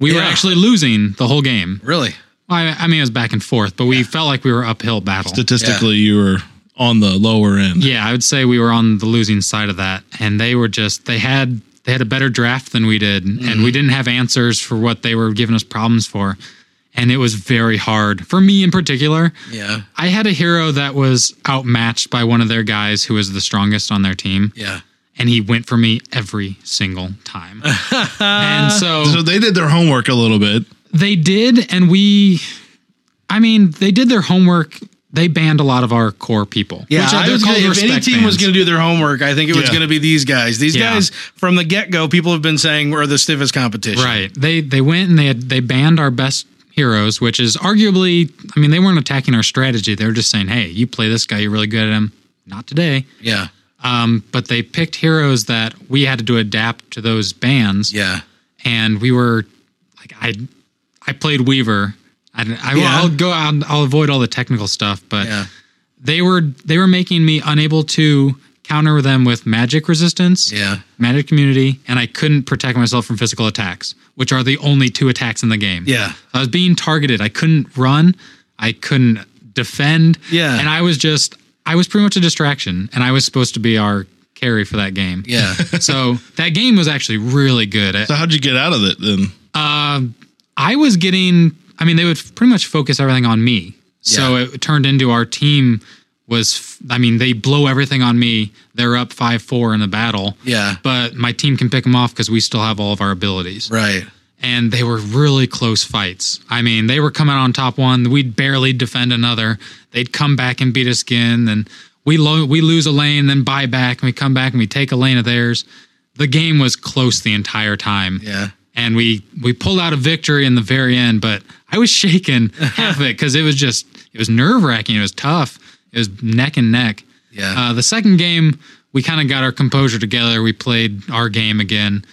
We were
Yeah.
actually losing the whole game.
really?
I, I mean, it was back and forth, but we felt like we were uphill battle.
Statistically, you were on the lower end.
yeah, I would say we were on the losing side of that, and they were just they had they had a better draft than we did,
Mm-hmm.
and we didn't have answers for what they were giving us problems for, and it was very hard for me in particular.
Yeah,
I had a hero that was outmatched by one of their guys who was the strongest on their team.
yeah.
and he went for me every single time. and so
So they did their homework a little bit.
they did, and we, I mean, they did their homework. They banned a lot of our core people.
Yeah,
which are-
I
they're
was
called
gonna, if any
respect
team was
bans.
going to do their homework, I think it was
Yeah.
going to be these guys. These
Yeah.
guys from the get go, people have been saying we're the stiffest competition.
right, they they went and they had, they banned our best heroes, which is arguably, I mean, they weren't attacking our strategy. They were just saying, hey, you play this guy, you're really good at him. Not today.
Yeah,
Um, but they picked heroes that we had to adapt to those bans.
yeah.
and we were like I I played Weaver. I, I
Yeah.
I'll go out. I'll avoid all the technical stuff, but
Yeah.
they were they were making me unable to counter them with magic resistance,
Yeah.
magic community, and I couldn't protect myself from physical attacks, which are the only two attacks in the game.
Yeah.
I was being targeted. I couldn't run. I couldn't defend.
Yeah.
and I was just I was pretty much a distraction, and I was supposed to be our carry for that game.
Yeah.
So that game was actually really good.
So how'd you get out of it then?
I was getting. I mean, they would pretty much focus everything on me. So it turned into our team was. f- I mean, they blow everything on me. They're up five four in the battle.
Yeah.
But my team can pick them off because we still have all of our abilities.
right.
And they were really close fights. I mean, they were coming on top one. We'd barely defend another. They'd come back and beat us again. And we lo- we lose a lane, then buy back, and we come back and we take a lane of theirs. The game was close the entire time
Yeah.
and we we pulled out a victory in the very end. But I was shaking half of it because it was just it was nerve wracking. It was tough. It was neck and neck.
Yeah.
Uh, the second game, we kind of got our composure together. We played our game again.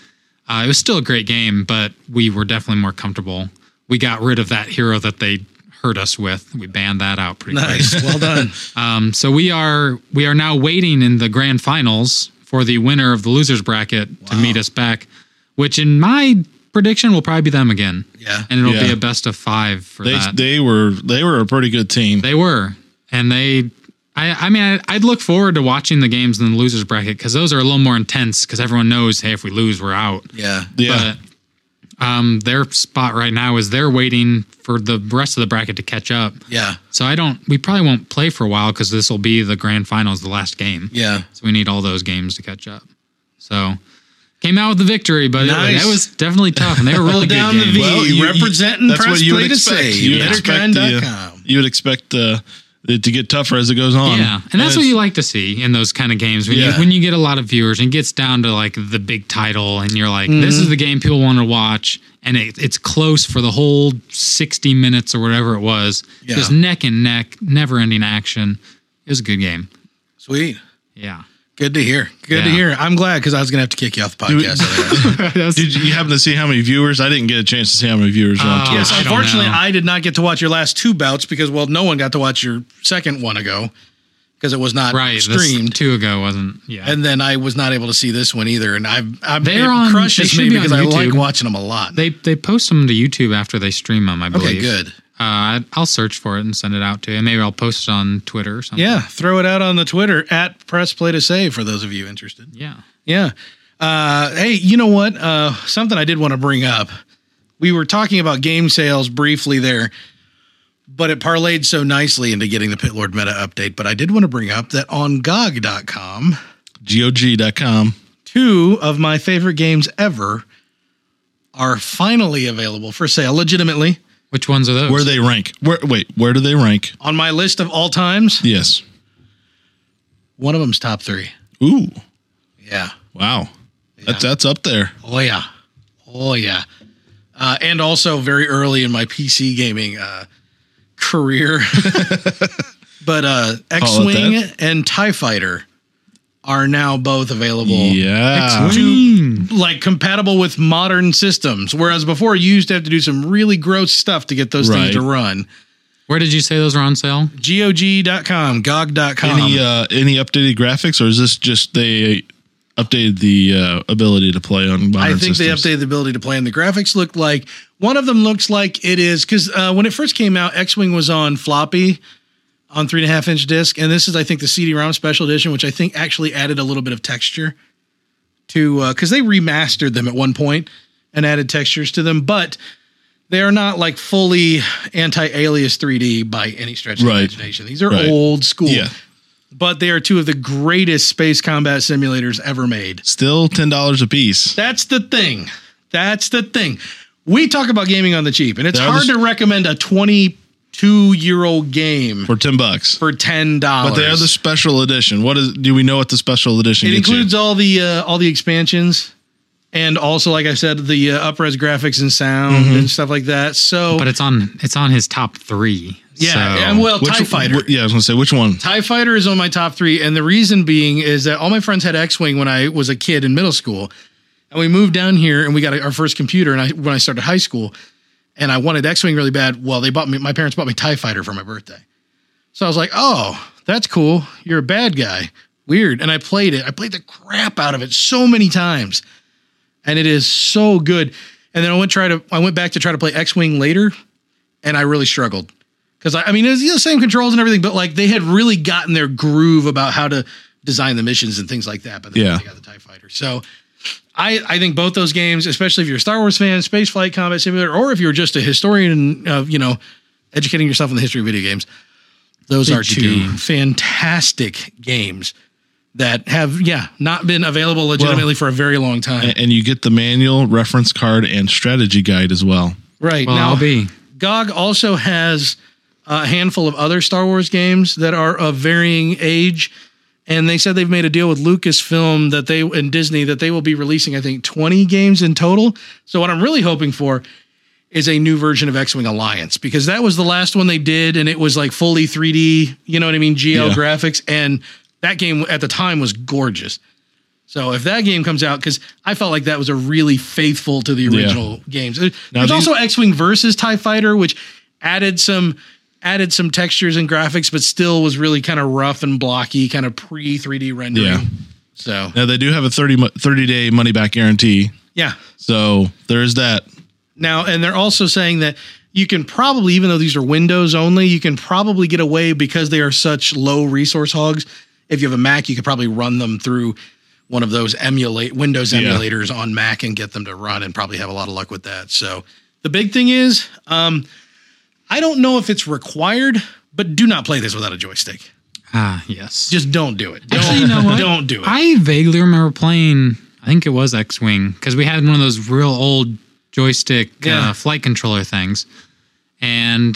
Uh, it was still a great game, but we were definitely more comfortable. We got rid of that hero that they hurt us with. We banned that out pretty quick.
Nice. Well done.
Um, so we are we are now waiting in the grand finals for the winner of the losers bracket to meet us back, which in my prediction will probably be them again.
Yeah.
and it'll be
Yeah.
a best of five for
They
Uh,
that. They,
they were they were a pretty good team.
were, and they. I, I mean, I, I'd look forward to watching the games in the losers bracket because those are a little more intense because everyone knows, hey, if we lose, we're out.
Yeah.
yeah.
But um, their spot right now is they're waiting for the rest of the bracket to catch up.
Yeah.
So I don't. We probably won't play for a while because this will be the grand finals, the last game.
Yeah.
So we need all those games to catch up. So came out with the victory, but
Nice.
it, that was definitely tough, and they were really
down the
good
V.
games.
Well, representing
that's
press
what you
play
would
to
expect.
save.
You would
Yeah.
expect, uh,
Betterkind.com.
you would expect uh, it to get tougher as it goes on.
Yeah, and that's what
it's-
you like to see in those kind of games when
Yeah.
you when you get a lot of viewers and it gets down to like the big title, and you're like, this is the game people want to watch, and it, it's close for the whole sixty minutes or whatever it was,
Yeah.
just neck and neck, never ending action. It was a good game.
Sweet.
Yeah,
Good to hear. Good to
Yeah.
hear. I'm glad because I was gonna have to kick you off the podcast. otherwise.
That's-
Did you happen to see how many viewers? I didn't get a chance to see how many viewers were on
Oh,
Twitch.
yes,
I don't
unfortunately,
know.
I did not get to watch your last two bouts because well, no one got to watch your second one ago because it was not
right. this
streamed.
two ago wasn't. Yeah,
and then I was not able to see this one either, and I've, I've
They're
it
on- they
crushes
should
me
be on
because I like
YouTube.
watching them a lot.
they they post them to YouTube after they stream them. I believe.
okay, good.
Uh, I'll search for it and send it out to you. Maybe I'll post it on Twitter or something.
Yeah, throw it out on the Twitter at Press Play to Save for those of you interested.
Yeah.
Yeah. Uh, hey, you know what? Uh, something I did want to bring up. We were talking about game sales briefly there, but it parlayed so nicely into getting the Pit Lord meta update. But I did want to bring up that on GOG.com,
GOG.com.
two of my favorite games ever are finally available for sale legitimately
Which ones are those?
Where they rank? Where wait? Where do they rank?
on my list of all times.
Yes.
One of them's top three.
Ooh.
Yeah.
Wow. That's that's up there.
Oh yeah, oh yeah, uh, and also very early in my PC gaming uh, career. but uh, X Wing and Tie Fighter are now both available.
Yeah.
To, like compatible with modern systems, whereas before you used to have to do some really gross stuff to get those
Right.
things to run.
Where did you say those are on sale?
GOG.com, GOG.com.
Any uh, any updated graphics, or is this just they updated the uh, ability to play on modern
I think
systems?
they updated the ability to play, and the graphics look like one of them looks like it is because uh, when it first came out, X Wing was on floppy on three and a half inch disc, and this is I think the CD ROM special edition, which I think actually added a little bit of texture to because they remastered them at one point and added textures to them, but they are not like fully anti-alias 3D by any stretch of the
Right.
imagination. These are
Right.
old school.
Yeah.
But they are two of the greatest space combat simulators ever made.
Still ten dollars a piece.
That's the thing. That's the thing. We talk about gaming on the cheap, and it's
They're
hard
the-
to recommend a 22 year old game
For ten bucks.
for ten dollars.
But they are the special edition. What is? Do we know what the special edition
It
gets you?
includes all the uh, all the expansions, and also, like I said, the uh, upres graphics and sound
Mm-hmm.
and stuff like that. So,
But it's on it's on his top three.
yeah,
so-
and well,
Which-
uh, Tie Fighter.
wh- yeah, I was gonna say which one.
TIE Fighter is on my top three. And the reason being is that all my friends had X Wing when I was a kid in middle school. And we moved down here and we got our first computer. And I, when I started high school, and I wanted X Wing really bad, well, they bought me, my parents bought me TIE Fighter for my birthday. So I was like, oh, that's cool. You're a bad guy. Weird. And I played it. I played the crap out of it so many times. And it is so good. And then I went try to I went back to try to play X Wing later, and I really struggled. Because I, I mean, it was the same controls and everything, but like they had really gotten their groove about how to design the missions and things like that. But then
Yeah.
they got the TIE Fighter. So I, I think both those games, especially if you're a Star Wars fan, Space Flight Combat Simulator, or if you're just a historian of, you know, educating yourself in the history of video games, those are two
Video game.
fantastic games that have, yeah, not been available legitimately for a very long time.
and you get the manual, reference card, and strategy guide as well.
right.
well, I'll be.
GOG also has a handful of other Star Wars games that are of varying age. And they said they've made a deal with Lucasfilm that they and Disney that they will be releasing, I think, 20 games in total. So what I'm really hoping for is a new version of X-Wing Alliance because that was the last one they did and it was like fully 3D, you know what I mean, GL
Yeah.
graphics and that game at the time was gorgeous. So if that game comes out cuz I felt like that was a really faithful to the original games. There's
these-
also X-Wing versus TIE Fighter which added some added some textures and graphics but still was really kind of rough and blocky, kind of pre 3D rendering.
Yeah.
So,
Now they do have a 30, mo- 30 day money back guarantee,
yeah.
so there is that.
Now, and they're also saying that you can probably, even though these are Windows only, you can probably get away because they are such low resource hogs. If you have a Mac, you could probably run them through one of those emulate Windows emulators on Mac and get them to run and probably have a lot of luck with that. So the big thing is, um, I don't know if it's required, but do not play this without a joystick.
Ah, yes.
Just don't do it. Don't,
Actually, you know what?
don't do it.
I vaguely remember playing. I think it was X Wing because we had one of those real old joystick
Yeah.
uh, flight controller things, and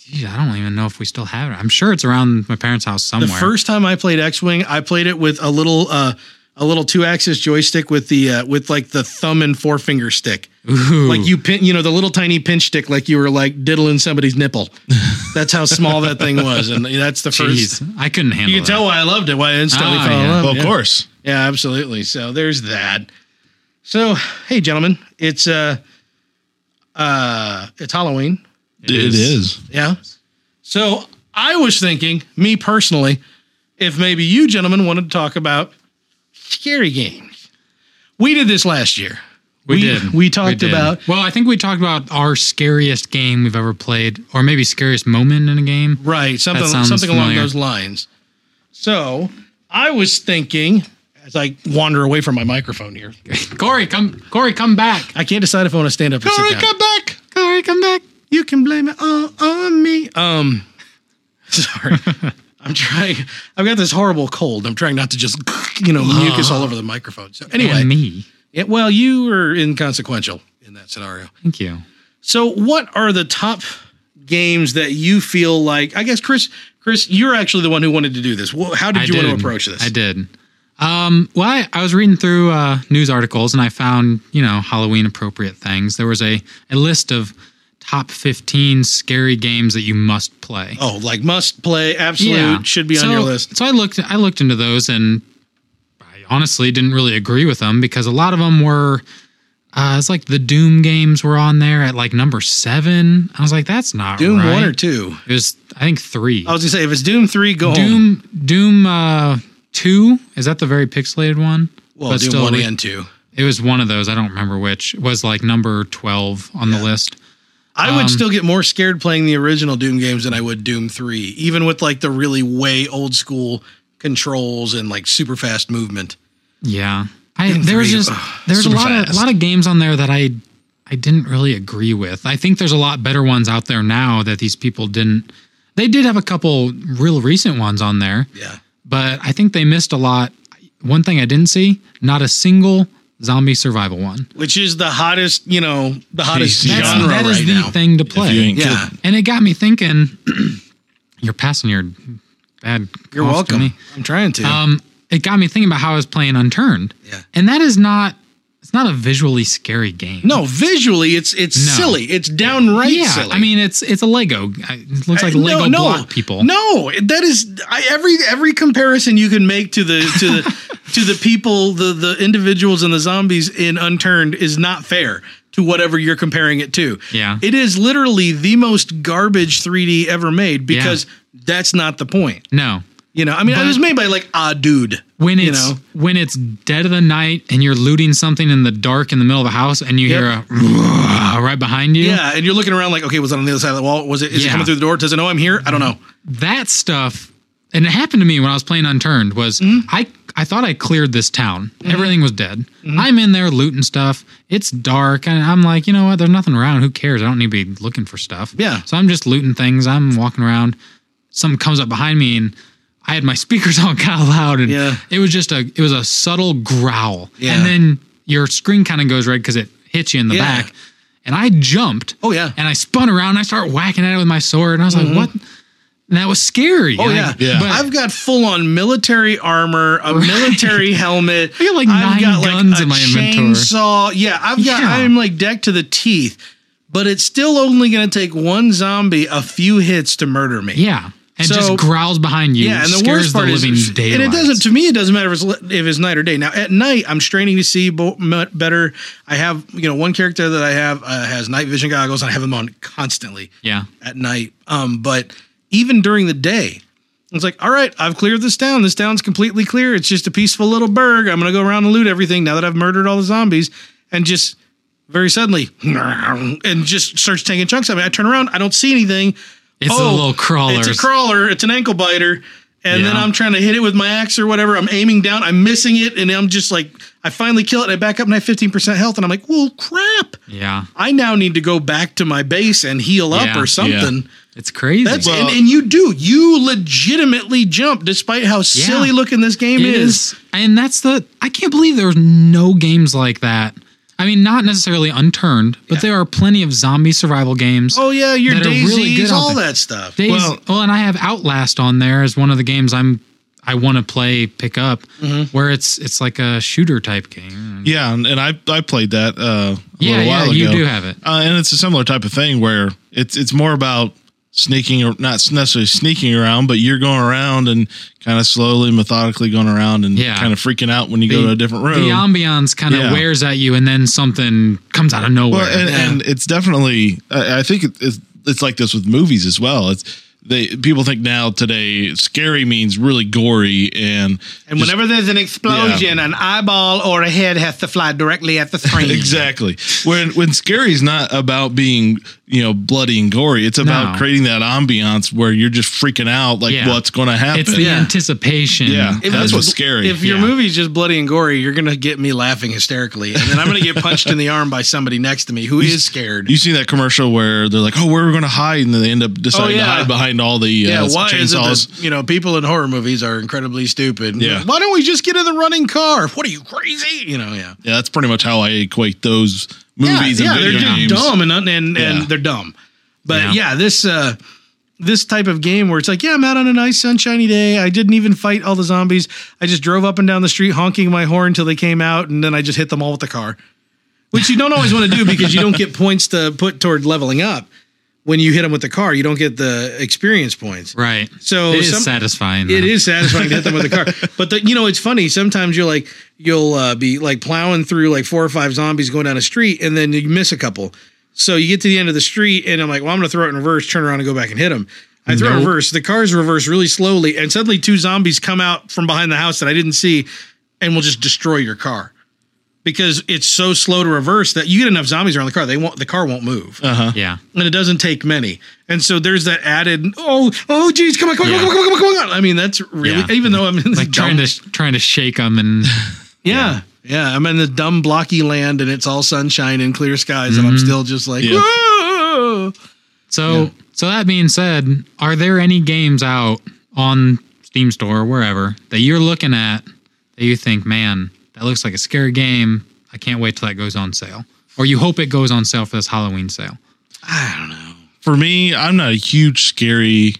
Jeez, I don't even know if we still have it. I'm sure it's around my parents' house somewhere.
The first time I played X Wing, I played it with a little uh, a little two axis joystick with the uh, with like the thumb and forefinger stick.
Ooh.
Like you pin, you know, the little tiny pinch stick, like you were like diddling somebody's nipple. That's how small that thing was, and that's the first.
Jeez, I couldn't handle
You can
that.
tell why I loved it. Why I instantly
Ah,
fell in
yeah.
love.
Well,
yeah.
of course.
Yeah, absolutely. So there's that. So hey, gentlemen, it's uh, uh, it's Halloween.
it
is.
is.
Yeah. So I was thinking, me personally, if maybe you gentlemen wanted to talk about scary games. We did this last year.
we, did.
We talked
did.
about
Well, I think we talked about our scariest game we've ever played, or maybe scariest moment in a game.
right something
sounds
something along
familiar.
those lines. So I was thinking as I wander away from my microphone here,
Corey, come, Corey, come back.
I can't decide if I want to stand up or sit down.
back. Corey, come back.
You can blame it all on me. Um, sorry. I'm trying. I've got this horrible cold. I'm trying not to just, you know, mucus all over the microphone. So
Anyway,
anyway,
me.
it, well, you were inconsequential in that scenario.
Thank you.
So, what are the top games that you feel like? I guess Chris, Chris, you're actually the one who wanted to do this. Wh- How did you want to approach this?
I did. Um, well, I, I was reading through uh, news articles and I found, you know, Halloween appropriate things. There was a, a list of top 15 scary games that you must play.
Oh, like must play, absolute, should be on
So-
your list.
So I looked I looked into those and I honestly didn't really agree with them because a lot of them were uh, it's like the Doom games were on there at like number seven. I was like, that's not
Doom
right.
one or Oh, two.
It was I think three.
I was gonna say if it's Doom three, go home.
Doom Doom uh, two is that the very pixelated one?
Well,
But
Doom
still
one
re-
and two.
It was one of those. I don't remember which. It was like number twelve on the list.
I
Um,
would still get more scared playing the original Doom games than I would Doom 3, even with like the really way old school controls and like super fast movement.
Yeah, I, there was
three,
just
ugh,
there's a
super
lot of
fast.
lot of games on there that I I didn't really agree with. I think there's a lot better ones out there now that these people didn't. They did have a couple real recent ones on there,
Yeah.
but I think they missed a lot. One thing I didn't see: not a single zombie survival one.
Which is the hottest, you know, the hottest
Jeez.
That's,
genre
that is
right
the
now.
thing to
If you
play,
ain't
Yeah.
kidding.
and it got me thinking. you're passing your bad.
You're
cough to
welcome.
me.
I'm trying to.
um, it got me thinking about how I was playing Unturned.
Yeah.
And that is not it's not a visually scary game.
no, visually it's it's
No.
silly. It's downright
Yeah.
silly. Uh,
I mean it's it's a Lego. It looks like a Lego block people.
No, that is I, every every comparison you can make to the to the to the people, the the individuals and the zombies in Unturned is not fair to whatever you're comparing it to.
Yeah.
it is literally the most garbage 3D ever made because that's not the point.
No.
You know, I mean, it was made by like ah dude.
When
you
it's
know,
when it's dead of the night and you're looting something in the dark in the middle of a house and you
Yep.
hear a right behind you.
yeah, and you're looking around like, okay, was it on the other side of the wall? Was it? Is it
Yeah.
coming through the door? Does it know I'm here? I don't know.
That stuff and it happened to me when I was playing Unturned was
Mm-hmm.
I I thought I cleared this town. Everything was dead.
Mm-hmm.
I'm in there looting stuff. It's dark and I'm like, you know what? There's nothing around. Who cares? I don't need to be looking for stuff.
Yeah.
So I'm just looting things. I'm walking around. Something comes up behind me and I had my speakers on kind of loud and
Yeah.
it was just a it was a subtle growl.
Yeah.
And then your screen kind of goes red because it hits you in the
Yeah.
back. And I jumped.
Oh, yeah. Mm-hmm.
And I spun around and I started whacking at it with my sword. And I was like, what? And that was scary.
Oh
And I-
yeah,
Yeah.
but-
I've got full on military armor, a military helmet.
I got, like, nine guns in my inventory.
Chainsaw. Yeah, I've got.
Yeah.
I'm like decked to the teeth, but it's still only going to take one zombie a few hits to murder me.
Yeah. And
So-
just growls behind you.
Yeah, and the
scares
worst part
the
is,
living daylights.
and it doesn't. To me, it doesn't matter if it's, li- if it's night or day. Now at night, I'm straining to see bo- m- better. I have, you know, one character that I have uh, has night vision goggles. And I have them on constantly
Yeah.
at night. Um, but even during the day, it's like, all right, I've cleared this town. This town's completely clear. It's just a peaceful little burg. I'm gonna go around and loot everything now that I've murdered all the zombies, and just very suddenly, and just starts taking chunks of it. I turn around, I don't see anything. Oh,
It's the little crawlers.
It's a crawler. It's an ankle biter. And then
Yeah.
I'm trying to hit it with my axe or whatever. I'm aiming down. I'm missing it, and I'm just like, I finally kill it. And I back up and I have 15% health, and I'm like, well, crap.
yeah.
I now need to go back to my base and heal up
Yeah,
or something.
yeah.
It's crazy.
That's
Well-
and, and you do. You legitimately jump despite how silly looking this game
it
is.
is. And that's the I can't believe there's no games like that I mean, not necessarily unturned, but there are plenty of zombie survival games.
Oh yeah, your
That are
daisies,
really good out
all
there.
that stuff.
Days,
well-
well, and I have Outlast on there as one of the games I'm I want to play pick up,
Mm-hmm.
where it's it's like a shooter type game.
Yeah, and, and I I played that uh, a
Mm-hmm. Yeah,
little
yeah,
while
you
ago.
do have it.
uh, and it's a similar type of thing where it's it's more about sneaking or not necessarily sneaking around, but you're going around and kind of slowly, methodically going around and
Yeah.
kind of freaking out when you go
The-
to a different room.
The ambiance kind of
Yeah.
wears at you, and then something comes out of nowhere.
Well, and, and it's definitely. I, I think it- it's it's like this with movies as well. It's they people think now today scary means really gory and
And
just-
whenever there's an explosion, an eyeball or a head has to fly directly at the screen.
Exactly. When when scary is not about being you know bloody and gory, it's about
No.
creating that ambiance where you're just freaking out like
Yeah.
what's going to happen.
it's the
Yeah.
anticipation.
yeah,
If
that's
it's-
what's scary.
If your
Yeah.
movie's just bloody and gory, you're gonna get me laughing hysterically, and then I'm gonna get punched in the arm by somebody next to me who is scared.
you see that commercial where they're like, "Oh, where are we going to hide?" and then they end up deciding to
Oh, yeah.
hide behind all the
yeah,
uh,
why is it
chainsaws.
that you know people in horror movies are incredibly stupid?
Yeah.
why don't we just get in the running car? What are you crazy? You know, yeah.
yeah, that's pretty much how I equate those movies
yeah, yeah,
and video
they're
games.
just dumb and un- and,
Yeah.
and they're dumb. But
Yeah.
yeah, this uh, this type of game where it's like, yeah, I'm out on a nice sunshiny day. I didn't even fight all the zombies. I just drove up and down the street honking my horn till they came out, and then I just hit them all with the car. Which you don't always want to do because you don't get points to put toward leveling up. When you hit them with the car, you don't get the experience points.
right.
So
it is
some-
satisfying.
It
though.
is satisfying to hit them with a car. But the, you know, it's funny. Sometimes you're like, you'll uh, be like plowing through like four or five zombies going down a street, and then you miss a couple. So you get to the end of the street, and I'm like, well, I'm going to throw it in reverse, turn around, and go back and hit them. I throw it in
Nope.
reverse. The cars reverse really slowly, and suddenly two zombies come out from behind the house that I didn't see, and will just destroy your car because it's so slow to reverse that you get enough zombies around the car, they won't. The car won't move
Yeah.
and it doesn't take many. And so there's that added oh oh geez come on come on
Yeah.
come on come on come on come on. I mean that's really
Yeah.
even though I'm in this
Like trying
dumb-
to trying to shake them and
yeah. yeah I'm in the dumb blocky land and it's all sunshine and clear skies and I'm still just like
Yeah.
"Whoa."
So, so that being said, are there any games out on Steam Store or wherever that you're looking at that you think, man, that looks like a scary game? I can't wait till that goes on sale, or you hope it goes on sale for this Halloween sale.
I don't know
for me, I'm not a huge scary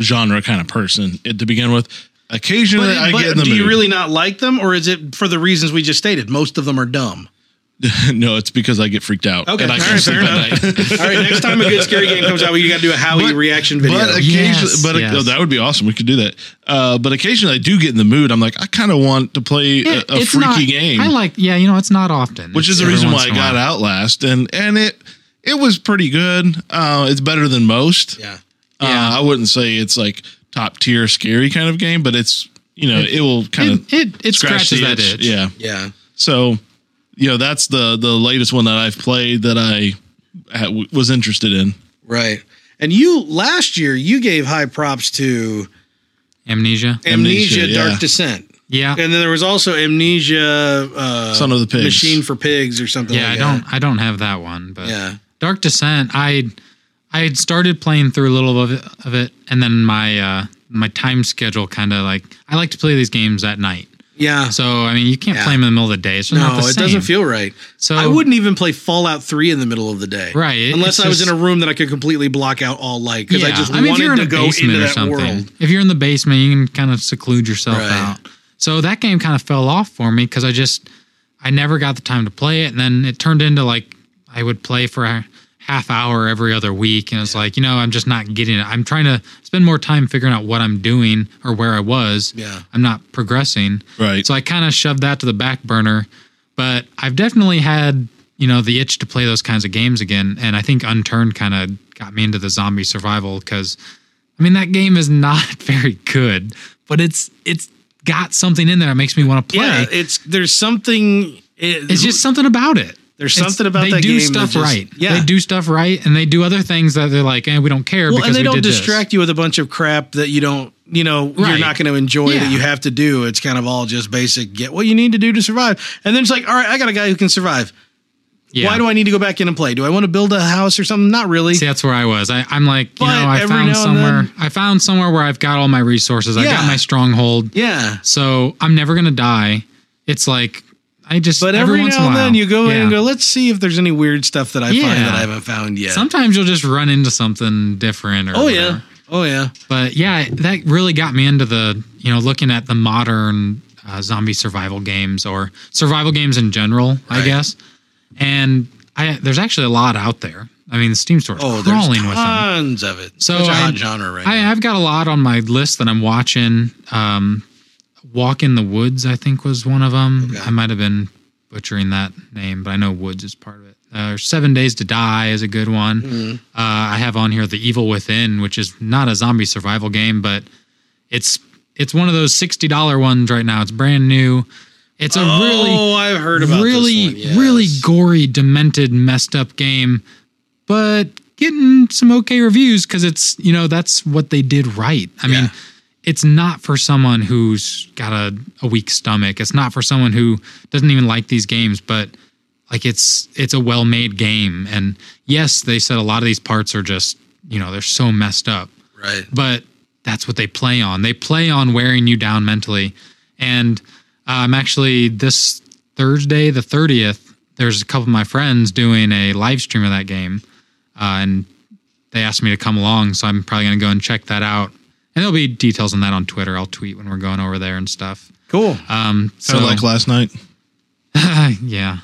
genre kind of person eh, to begin with. Occasionally,
but,
I
but
get in the
do you
mood.
really not like them or is it for the reasons we just stated most of them are dumb
no, it's because I get freaked out
Okay,
and I
all
can't
right,
sleep
fair
at night.
all right next time a good scary game comes out you got to do a Howie
But-
reaction video
But occasionally,
Yes,
but
yes.
oh, that would be awesome. We could do that. Uh, but occasionally, I do get in the mood. I'm like, I kind of want to play a,
It-
a
it's
freaky
not-
game,
I like, yeah, you know, it's not often,
which
It's
is the
every
reason
once
why I
in a
got
while.
Outlast, and and it it was pretty good. Uh, it's better than most.
yeah
Yeah.
Uh, I wouldn't say it's like top tier scary kind of game, but it's you know it, will kind of
It, it, it scratches that itch.
Yeah.
yeah
So you know that's the the latest one that I've played that I ha- was interested in.
right and you last year you gave high props to
Amnesia.
Amnesia,
Amnesia, yeah.
Dark Descent.
Yeah,
And then there was also Amnesia uh,
Son of the Pigs.
Machine for Pigs or something
yeah. I
like
don't, I don't have that one, but
that. Yeah.
Dark Descent, I I had started playing through a little of it, of it and then my uh, my time schedule kind of like I like to play these games at night.
Yeah.
So I mean, you can't
Yeah.
play them in the middle of the day. It's just
no,
not the
it
same.
doesn't feel right.
So-
I wouldn't even play Fallout 3 in the middle of the day.
Right, it-
Unless
it's
I was
just-
in a room that I could completely block out all light because I just wanted to go into that world.
If you're in the basement, you can kind of seclude yourself
Right.
out. So that game kind of fell off for me because I just I never got the time to play it, and then it turned into like I would play for a half hour every other week, and it's like you know I'm just not getting it. I'm trying to spend more time figuring out what I'm doing or where I was.
Yeah.
I'm not progressing.
Right.
So I kind of shoved that to the back burner, but I've definitely had you know the itch to play those kinds of games again, and I think Unturned kind of got me into the zombie survival because I mean that game is not very good, but it's it's got something in there that makes me want to play.
Yeah, it's there's something. It,
it's just something about it.
there's
It's-
something about
they
that
do
game that
stuff
just-
right.
yeah.
they do stuff right, and they do other things that they're like, eh, we don't care
well,
because
and they
we
don't
did this."
distract you with a bunch of crap that you don't, you know, you're
Right.
not going to enjoy
Yeah.
that you have to do. It's kind of all just basic get what you need to do to survive. And then it's like, all right, I got a guy who can survive.
Yeah.
Why do I need to go back in and play? Do I want to build a house or something? Not really.
See, that's where I was. I, I'm like, you
But
know, I
every
found
now and then-
somewhere. I found somewhere where I've got all my resources. I
Yeah.
got my stronghold.
yeah.
So I'm never gonna die. It's like I just
But every,
once in a
now and then
while-
you go in and
Yeah.
go, let's see if there's any weird stuff that I find
Yeah.
that I haven't found yet.
Sometimes you'll just run into something different. Or
oh
whatever.
yeah. Oh yeah.
but yeah, that really got me into the you know looking at the modern uh, zombie survival games or survival games in general, I
Right.
guess. And I there's actually a lot out there. I mean, the Steam store is
Oh, there's
crawling with them.
tons of it.
So
Such a
I-
hot genre right
I,
now.
I've got a lot on my list that I'm watching. Um, Walk in the Woods, I think, was one of them.
Okay.
I might have been butchering that name, but I know Woods is part of it. Uh, Seven Days to Die is a good one.
Mm-hmm.
Uh, I have on here The Evil Within, which is not a zombie survival game, but it's it's one of those sixty dollar ones right now. It's brand new. It's a really
oh, I've heard about
really,
this one, yes.
really gory, demented, messed up game, but getting some okay reviews because it's you know that's what they did right. I
Yeah.
mean, it's not for someone who's got a, a weak stomach. It's not for someone who doesn't even like these games, but like it's it's a well made game. And yes, they said a lot of these parts are just you know they're so messed up,
right.
but that's what they play on. They play on wearing you down mentally. And I'm actually this Thursday, the 30th, there's a couple of my friends doing a live stream of that game. Uh, and they asked me to come along. So I'm probably going to go and check that out. And there'll be details on that on Twitter. I'll tweet when we're going over there and stuff.
Cool.
Um, so,
Kind of like last night.
yeah.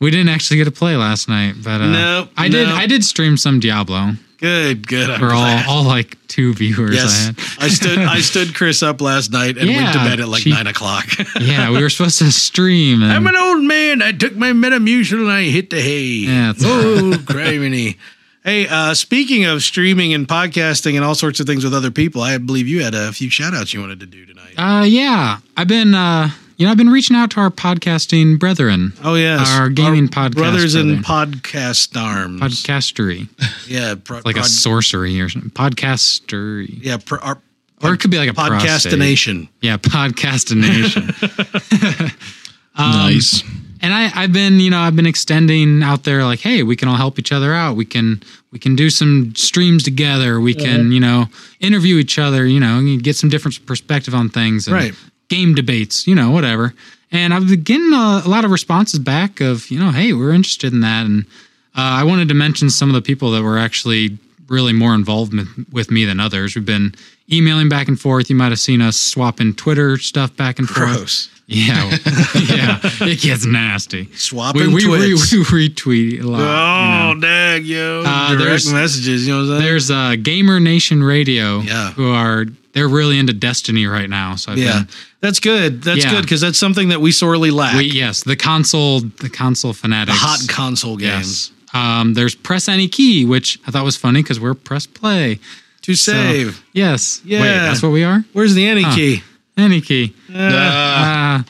We didn't actually get to play last night, but uh,
Nope,
I did.
nope.
I did stream some Diablo
Good. Good. I'm
for all,
glad.
all like two viewers. I
Yes,
had.
I stood. I stood Chris up last night and went to
Yeah,
bed at like
she-
nine o'clock.
yeah, we were supposed to stream. And,
I'm an old man. I took my Metamucil and I hit the hay.
Yeah, it's
oh, criminy. Hey, uh, speaking of streaming and podcasting and all sorts of things with other people, I believe you had a few shout outs you wanted to do tonight.
uh, yeah, I've been, uh, you know, I've been reaching out to our podcasting brethren,
oh, yes.
our gaming podcast
Brothers in podcast arms.
podcastery,
yeah. Pro-
like a
prod-
sorcery or something, podcastery,
yeah. Pro- our,
or it could be like a prostate.
podcastination.
Yeah, podcastination. Um,
nice.
and I, I've been, you know, I've been extending out there, like, hey, we can all help each other out. We can, we can do some streams together. We can, you know, interview each other. You know, and get some different perspective on things. And
Right.
Game debates. You know, whatever. And I've been getting a, a lot of responses back of, you know, hey, we're interested in that. And uh, I wanted to mention some of the people that were actually really more involved with- with me than others. We've been emailing back and forth. You might have seen us swapping Twitter stuff back and forth.
Gross.
Yeah, yeah, it gets nasty.
Swapping
we, we,
twits.
we retweet a lot.
Oh, dang, yo.
Uh,
Direct
there's-
messages. You know what I'm saying?
There's uh, Gamer Nation Radio,
Yeah.
who are they're really into Destiny right now. So I've
Yeah.
been,
That's good. That's
Yeah.
good because that's something that we sorely lack.
we, yes, the console, the console fanatics,
Hot console games.
yes. Um, there's press any key, which I thought was funny because we're press play.
To
So-
save.
yes,
Yeah.
Wait, that's what we are.
Where's the any
Huh.
key?
Any key.
Uh,
Ah.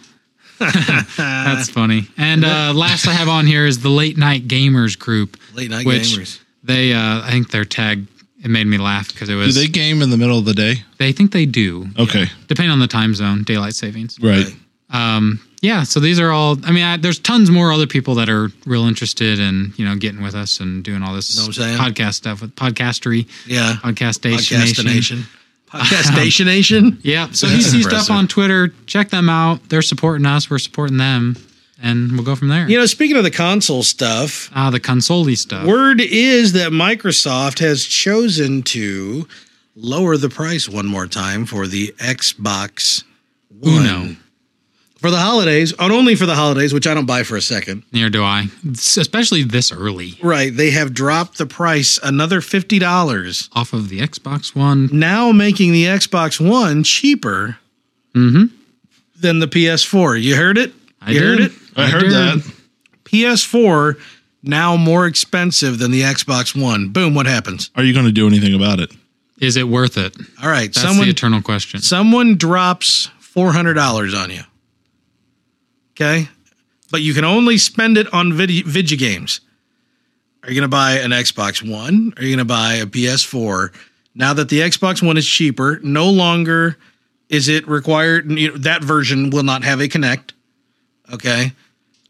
That's funny. And uh, last I have on here is the Late Night Gamers group.
Late night gamers.
They, uh, I think their tag, it made me laugh because it
do
was.
they
They,
game in the middle of the day?
think they do,
Okay.
depending on the time zone, daylight savings.
Right.
Right.
Um, yeah, so these are all. I mean, I, there's tons more other people that are real interested in you know getting with us and doing all this
Know what I'm saying?
podcast stuff with podcastery,
Yeah.
podcastation, nation.
Podcastination. Podcastation Nation.
Yeah. So if you see stuff
impressive.
on Twitter, check them out. They're supporting us. We're supporting them, and we'll go from there.
You know, speaking of the console stuff,
Ah, the consoli stuff.
word is that Microsoft has chosen to lower the price one more time for the Xbox One.
Uno.
For the holidays, and only for the holidays, which I don't buy for a second.
Near do I, S- especially this early
Right. They have dropped the price another $50,
off of the Xbox One.
now making the Xbox One cheaper than the PS4. You heard it?
Mm-hmm. I
you heard
did.
it?
I
I
heard
did.
that.
PS4 now more expensive than the Xbox One. Boom, what happens?
Are you going to do anything about it?
Is it worth it?
All right,
That's
someone
the eternal question.
someone drops $400 on you. Okay? But you can only spend it on video, video games. Are you going to buy an Xbox One? Are you going to buy a PS4? Now that the Xbox One is cheaper, no longer is it required you know, that version will not have a connect. Okay?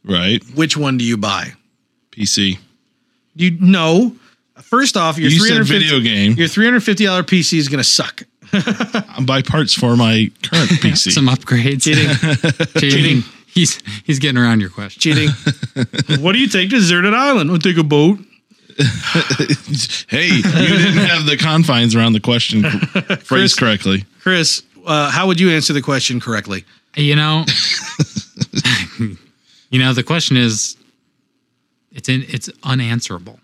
Right.
Which one do you buy?
PC.
You no. First off, your
You
three
said
hundred fifty
video game.
your three hundred fifty dollar PC is gonna suck.
I buy parts for my current PC.
Some upgrades. Cheating. Cheating. He's he's getting around your question.
Cheating. what do you take to deserted island? I'll take a boat.
hey, you didn't have the confines around the question
Chris-
phrased correctly.
Chris, uh, how would you answer the question correctly?
You know, you know. The question is, it's in, it's unanswerable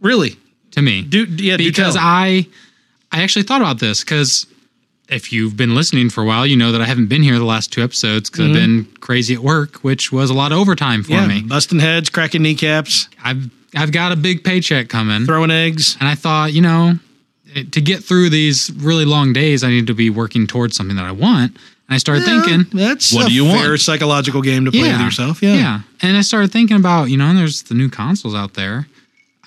Really?
to me.
Do yeah?
because
do tell.
I I actually thought about this because if you've been listening for a while, you know that I haven't been here the last two episodes because I've been crazy at work, which was a lot of overtime for
Mm-hmm. yeah,
me.
busting heads, cracking kneecaps,
I've I've got a big paycheck coming,
throwing eggs.
and I thought, you know, it- to get through these really long days, I need to be working towards something that I want. And I started thinking,
Yeah, that's
What
a
do you
fair
want?
psychological game to play with yourself. Yeah.
yeah. And I started thinking about, you know, there's the new consoles out there.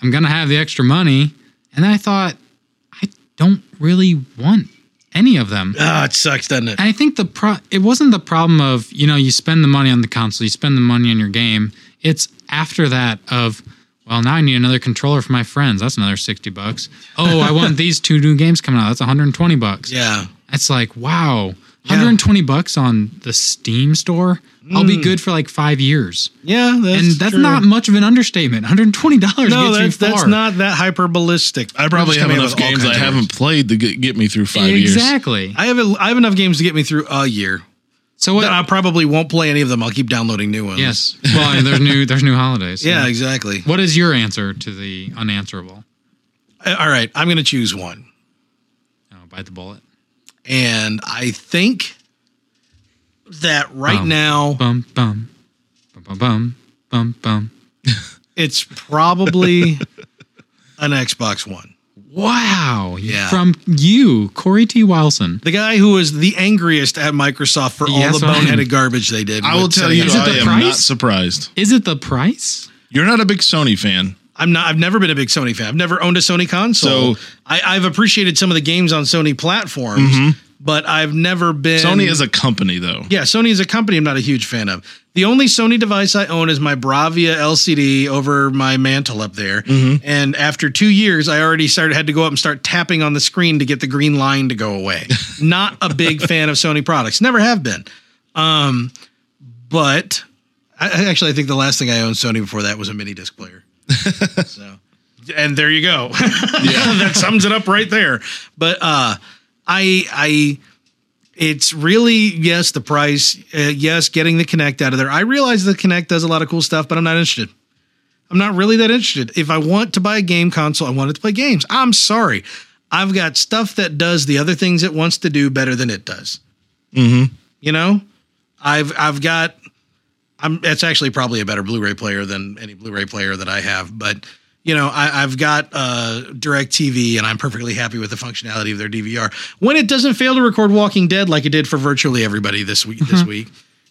I'm gonna have the extra money, and then I thought, I don't really want any of them.
Ah, it sucks, doesn't it?
And I think the pro it wasn't the problem of, you know, you spend the money on the console, you spend the money on your game. It's after that of, well, now I need another controller for my friends. That's another 60 bucks. Oh, I want these two new games coming out. That's 120 bucks.
yeah.
It's like, wow. 120 bucks on the Steam store. I'll
Mm.
be good for like 5 years.
Yeah. That's
and that's
true.
not much of an understatement. $120
No,
gets you
that's,
far.
that's not that hyperbolistic.
I probably
Just
have
coming up
enough
with all
games I
kinds of
haven't played to get, get me through five years.
Exactly.
I have a, I have enough games to get me through a year.
so what
But I probably won't play any of them. I'll keep downloading new ones.
Yes. Well, there's new there's new holidays.
Yeah, exactly.
What is your answer to the unanswerable?
Uh, All right, I'm going to choose one.
Oh, bite the bullet.
And I think that right
Bum.
now
Bum bum bum bum bum bum bum.
it's probably an Xbox One.
Wow!
Yeah.
From you, Corey T. Wilson.
The guy who was the angriest at Microsoft for
Yeah,
all
that's
the
what I mean.
boneheaded garbage they did.
I
with
will tell
setting
you,
up-
Is it
I
the
am not
price?
surprised.
Is it the price?
You're not a big Sony fan.
I'm not. I've never been a big Sony fan. I've never owned a Sony console.
So-
I, I've appreciated some of the games on Sony platforms, but I've never been
Mm-hmm. Sony is a company, though.
Yeah, Sony is a company I'm not a huge fan of. The only Sony device I own is my Bravia LCD over my mantle up there. And after two years, I already started had to go up and start tapping on the screen to get the green line to go away. not a big fan of Sony products. Never have been. Um, but I, I actually, I think the last thing I owned Sony before that was a mini disc player. so, and there you go. that sums it up right there. But uh, I I it's really yes the price uh, yes getting the connect out of there i realize the connect does a lot of cool stuff but i'm not interested i'm not really that interested if i want to buy a game console i want it to play games i'm sorry i've got stuff that does the other things it wants to do better than it does you know i've i've got i'm it's actually probably a better blu-ray player than any blu-ray player that i have but you know I, i've got uh direct tv and i'm perfectly happy with the functionality of their dvr when it doesn't fail to record walking dead like it did for virtually everybody this week this week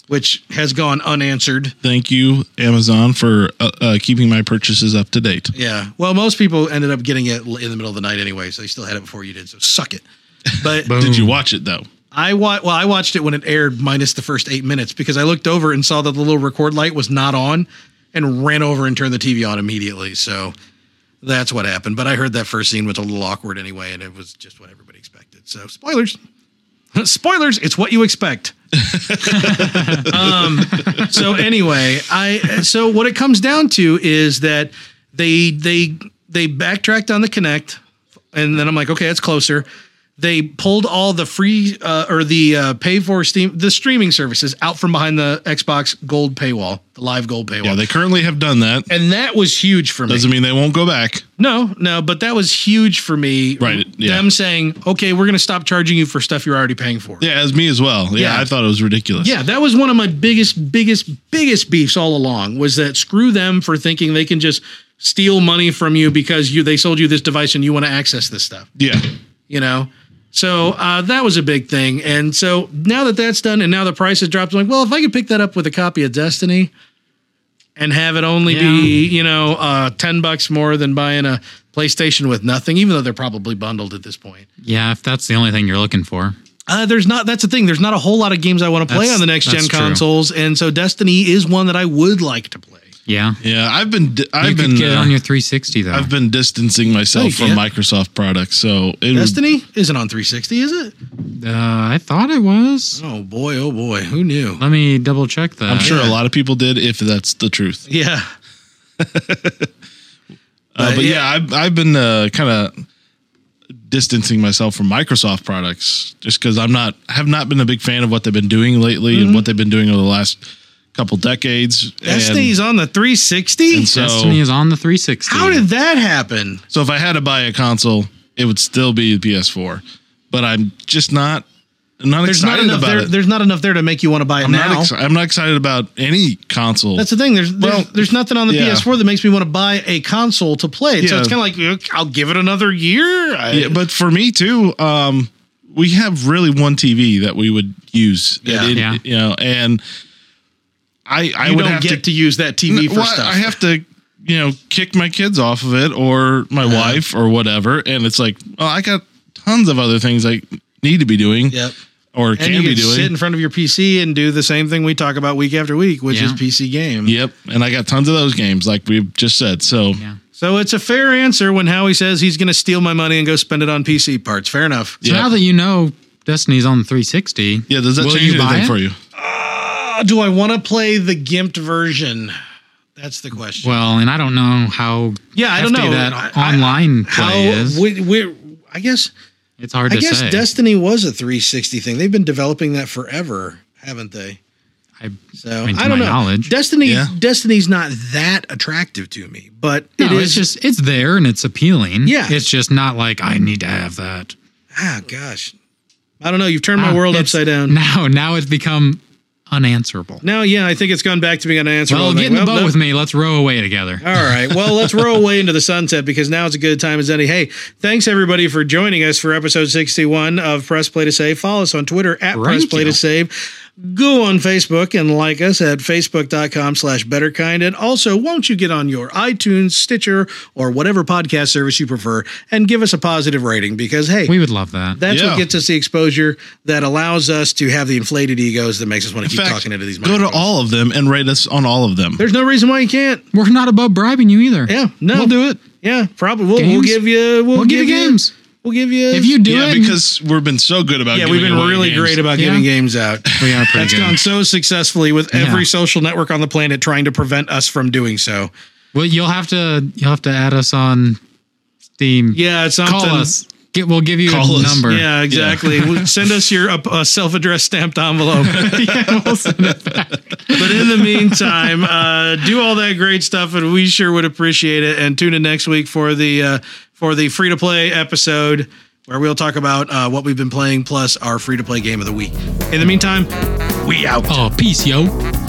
which has gone unanswered
Thank you, Amazon, for uh, uh, keeping my purchases up to date.
yeah well most people ended up getting it in the middle of the night anyway so they still had it before you did so suck it but
Did you watch it though?
I wa- well, I watched it when it aired, minus the first eight minutes, because I looked over and saw that the little record light was not on, and ran over and turned the TV on immediately. So that's what happened. But I heard that first scene was a little awkward anyway, and it was just what everybody expected. So spoilers, spoilers. It's what you expect. um, so anyway, I so what it comes down to is that they they they backtracked on the connect, and then I'm like, okay, it's closer. They pulled all the free uh, or the uh, pay for steam the streaming services out from behind the Xbox Gold paywall, the live Gold paywall,
Yeah, they currently have done that.
and that was huge for me.
Doesn't mean they won't go back.
No, no, but that was huge for me.
Right, yeah.
Them saying, okay, we're going to stop charging you for stuff you're already paying for.
Yeah, as me as well. Yeah,
Yeah.
I thought it was ridiculous.
Yeah, that was one of my biggest, biggest, biggest beefs all along was that screw them for thinking they can just steal money from you because you they sold you this device and you want to access this stuff.
yeah.
You know, so uh, that was a big thing. And so now that that's done, and now the price has dropped, I'm like, well, if I could pick that up with a copy of Destiny and have it only be you know uh, ten bucks more than buying a PlayStation with nothing, even though they're probably bundled at this point.
Yeah, if that's the only thing you're looking for.
Uh, there's not. That's the thing. There's not a whole lot of games I want to play on
That's-
the next gen
that's true.
consoles, and so Destiny is one that I would like to play.
Yeah.
Yeah, I've been di-
You
I've
could
been
get it
uh,
on your 360 though.
I've been distancing myself
you
from
can't.
Microsoft products, so it would
Destiny isn't on 360, is it?
uh, I thought it was.
Oh boy, oh boy, who knew?
Let me double check that.
I'm sure
Yeah.
a lot of people did, if that's the truth.
Yeah,
Uh,
Uh,
but
yeah.
yeah, I've, I've been uh, kind of distancing myself from Microsoft products just because I'm not have not been a big fan of what they've been doing lately
Mm-hmm.
and what they've been doing over the last couple decades.
Destiny's
And
on the 360.
And so-
Destiny is on the 360.
How did that happen?
so if I had to buy a console, it would still be the PS4, but I'm just not I'm not
There's not
excited
enough
about
there.
it.
There's not enough there to make you want to buy it
I'm
now.
not exci- I'm not excited about any console.
That's the thing. There's there's,
Well,
there's nothing on the
yeah.
PS4 that makes me want to buy a console to play. it. So
Yeah.
it's kind of like "Look, I'll give it another year. I-
yeah, but for me too, um, we have really one TV that we would use.
Yeah.
It-
Yeah.
you know, and I I
you
would
don't
have
get to,
to,
use that TV for
Well,
stuff.
I have to you know kick my kids off of it or my wife or whatever, and it's like, well, I got tons of other things I need to be doing
Yep.
or
And
can
you
be
can sit
doing.
in front of your PC and do the same thing we talk about week after week, which
Yeah.
is PC game.
Yep, and I got tons of those games, like we've just said. So
Yeah.
So it's a fair answer when Howie says he's going to steal my money and go spend it on PC parts. Fair enough.
So
Yeah.
now that you know Destiny's on the 360,
yeah, does that
Will
change
you buy
anything
it?
for you?
Uh, do I want to play the gimped version? That's the question.
well, and I don't know how
yeah, I don't
hefty
know
that
I-
online play
How?
is.
We, we, I guess.
it's hard
I
to
guess
say.
Destiny was a 360 thing. They've been developing that forever, haven't they?
I-
So I,
I mean, to
don't
my
know.
knowledge.
Destiny,
Yeah.
Destiny's not that attractive to me, but
no,
it is.
it's just it's there and it's appealing.
Yeah.
it's just not like I need to have that.
ah, gosh, I don't know. You've turned my
Ah,
world
it's-
upside down.
Now, now it's become unanswerable.
Now, yeah, I think it's gone back to being an answer.
Well, get in the boat with me. Let's row away together.
All right. Well, let's roll away into the sunset because now it's a good time as any. Hey, thanks everybody for joining us for episode 61 of Press Play to Save. Follow us on Twitter at
Thank
Press Play to
you.
Save. Go on Facebook and like us at facebook.com slash betterkind. And also, won't you get on your iTunes, Stitcher, or whatever podcast service you prefer and give us a positive rating because, hey,
We would love that.
that's what
Yeah.
gets us the exposure that allows us to have the inflated egos that makes us want to
In
keep
fact,
talking into these
go to
microphones.
all of them and rate us on all of them.
There's no reason why you can't.
We're not above bribing you either.
Yeah, no.
we'll do it.
Yeah, probably. We'll, we'll
Games?
give you. We'll,
We'll give you games.
We'll give you.
If you do
yeah,
it,
because we've been so good about
yeah, we've
giving
been
away
really
games.
great about
Yeah.
giving games out.
we are pretty
That's
good.
gone so successfully with every
Yeah.
social network on the planet trying to prevent us from doing so.
Well, you'll have to you'll have to add us on Steam.
Yeah, it's something.
call us. Get, we'll give you
Call
a
us.
number.
Yeah, exactly. Well, Send us your uh, uh, self-addressed stamped envelope.
Yeah, we'll send it back.
but in the meantime, uh, do all that great stuff, and we sure would appreciate it. And tune in next week for the uh, for the free to play episode where we'll talk about uh, what we've been playing plus our free to play game of the week. In the meantime, we out.
Oh, peace, yo.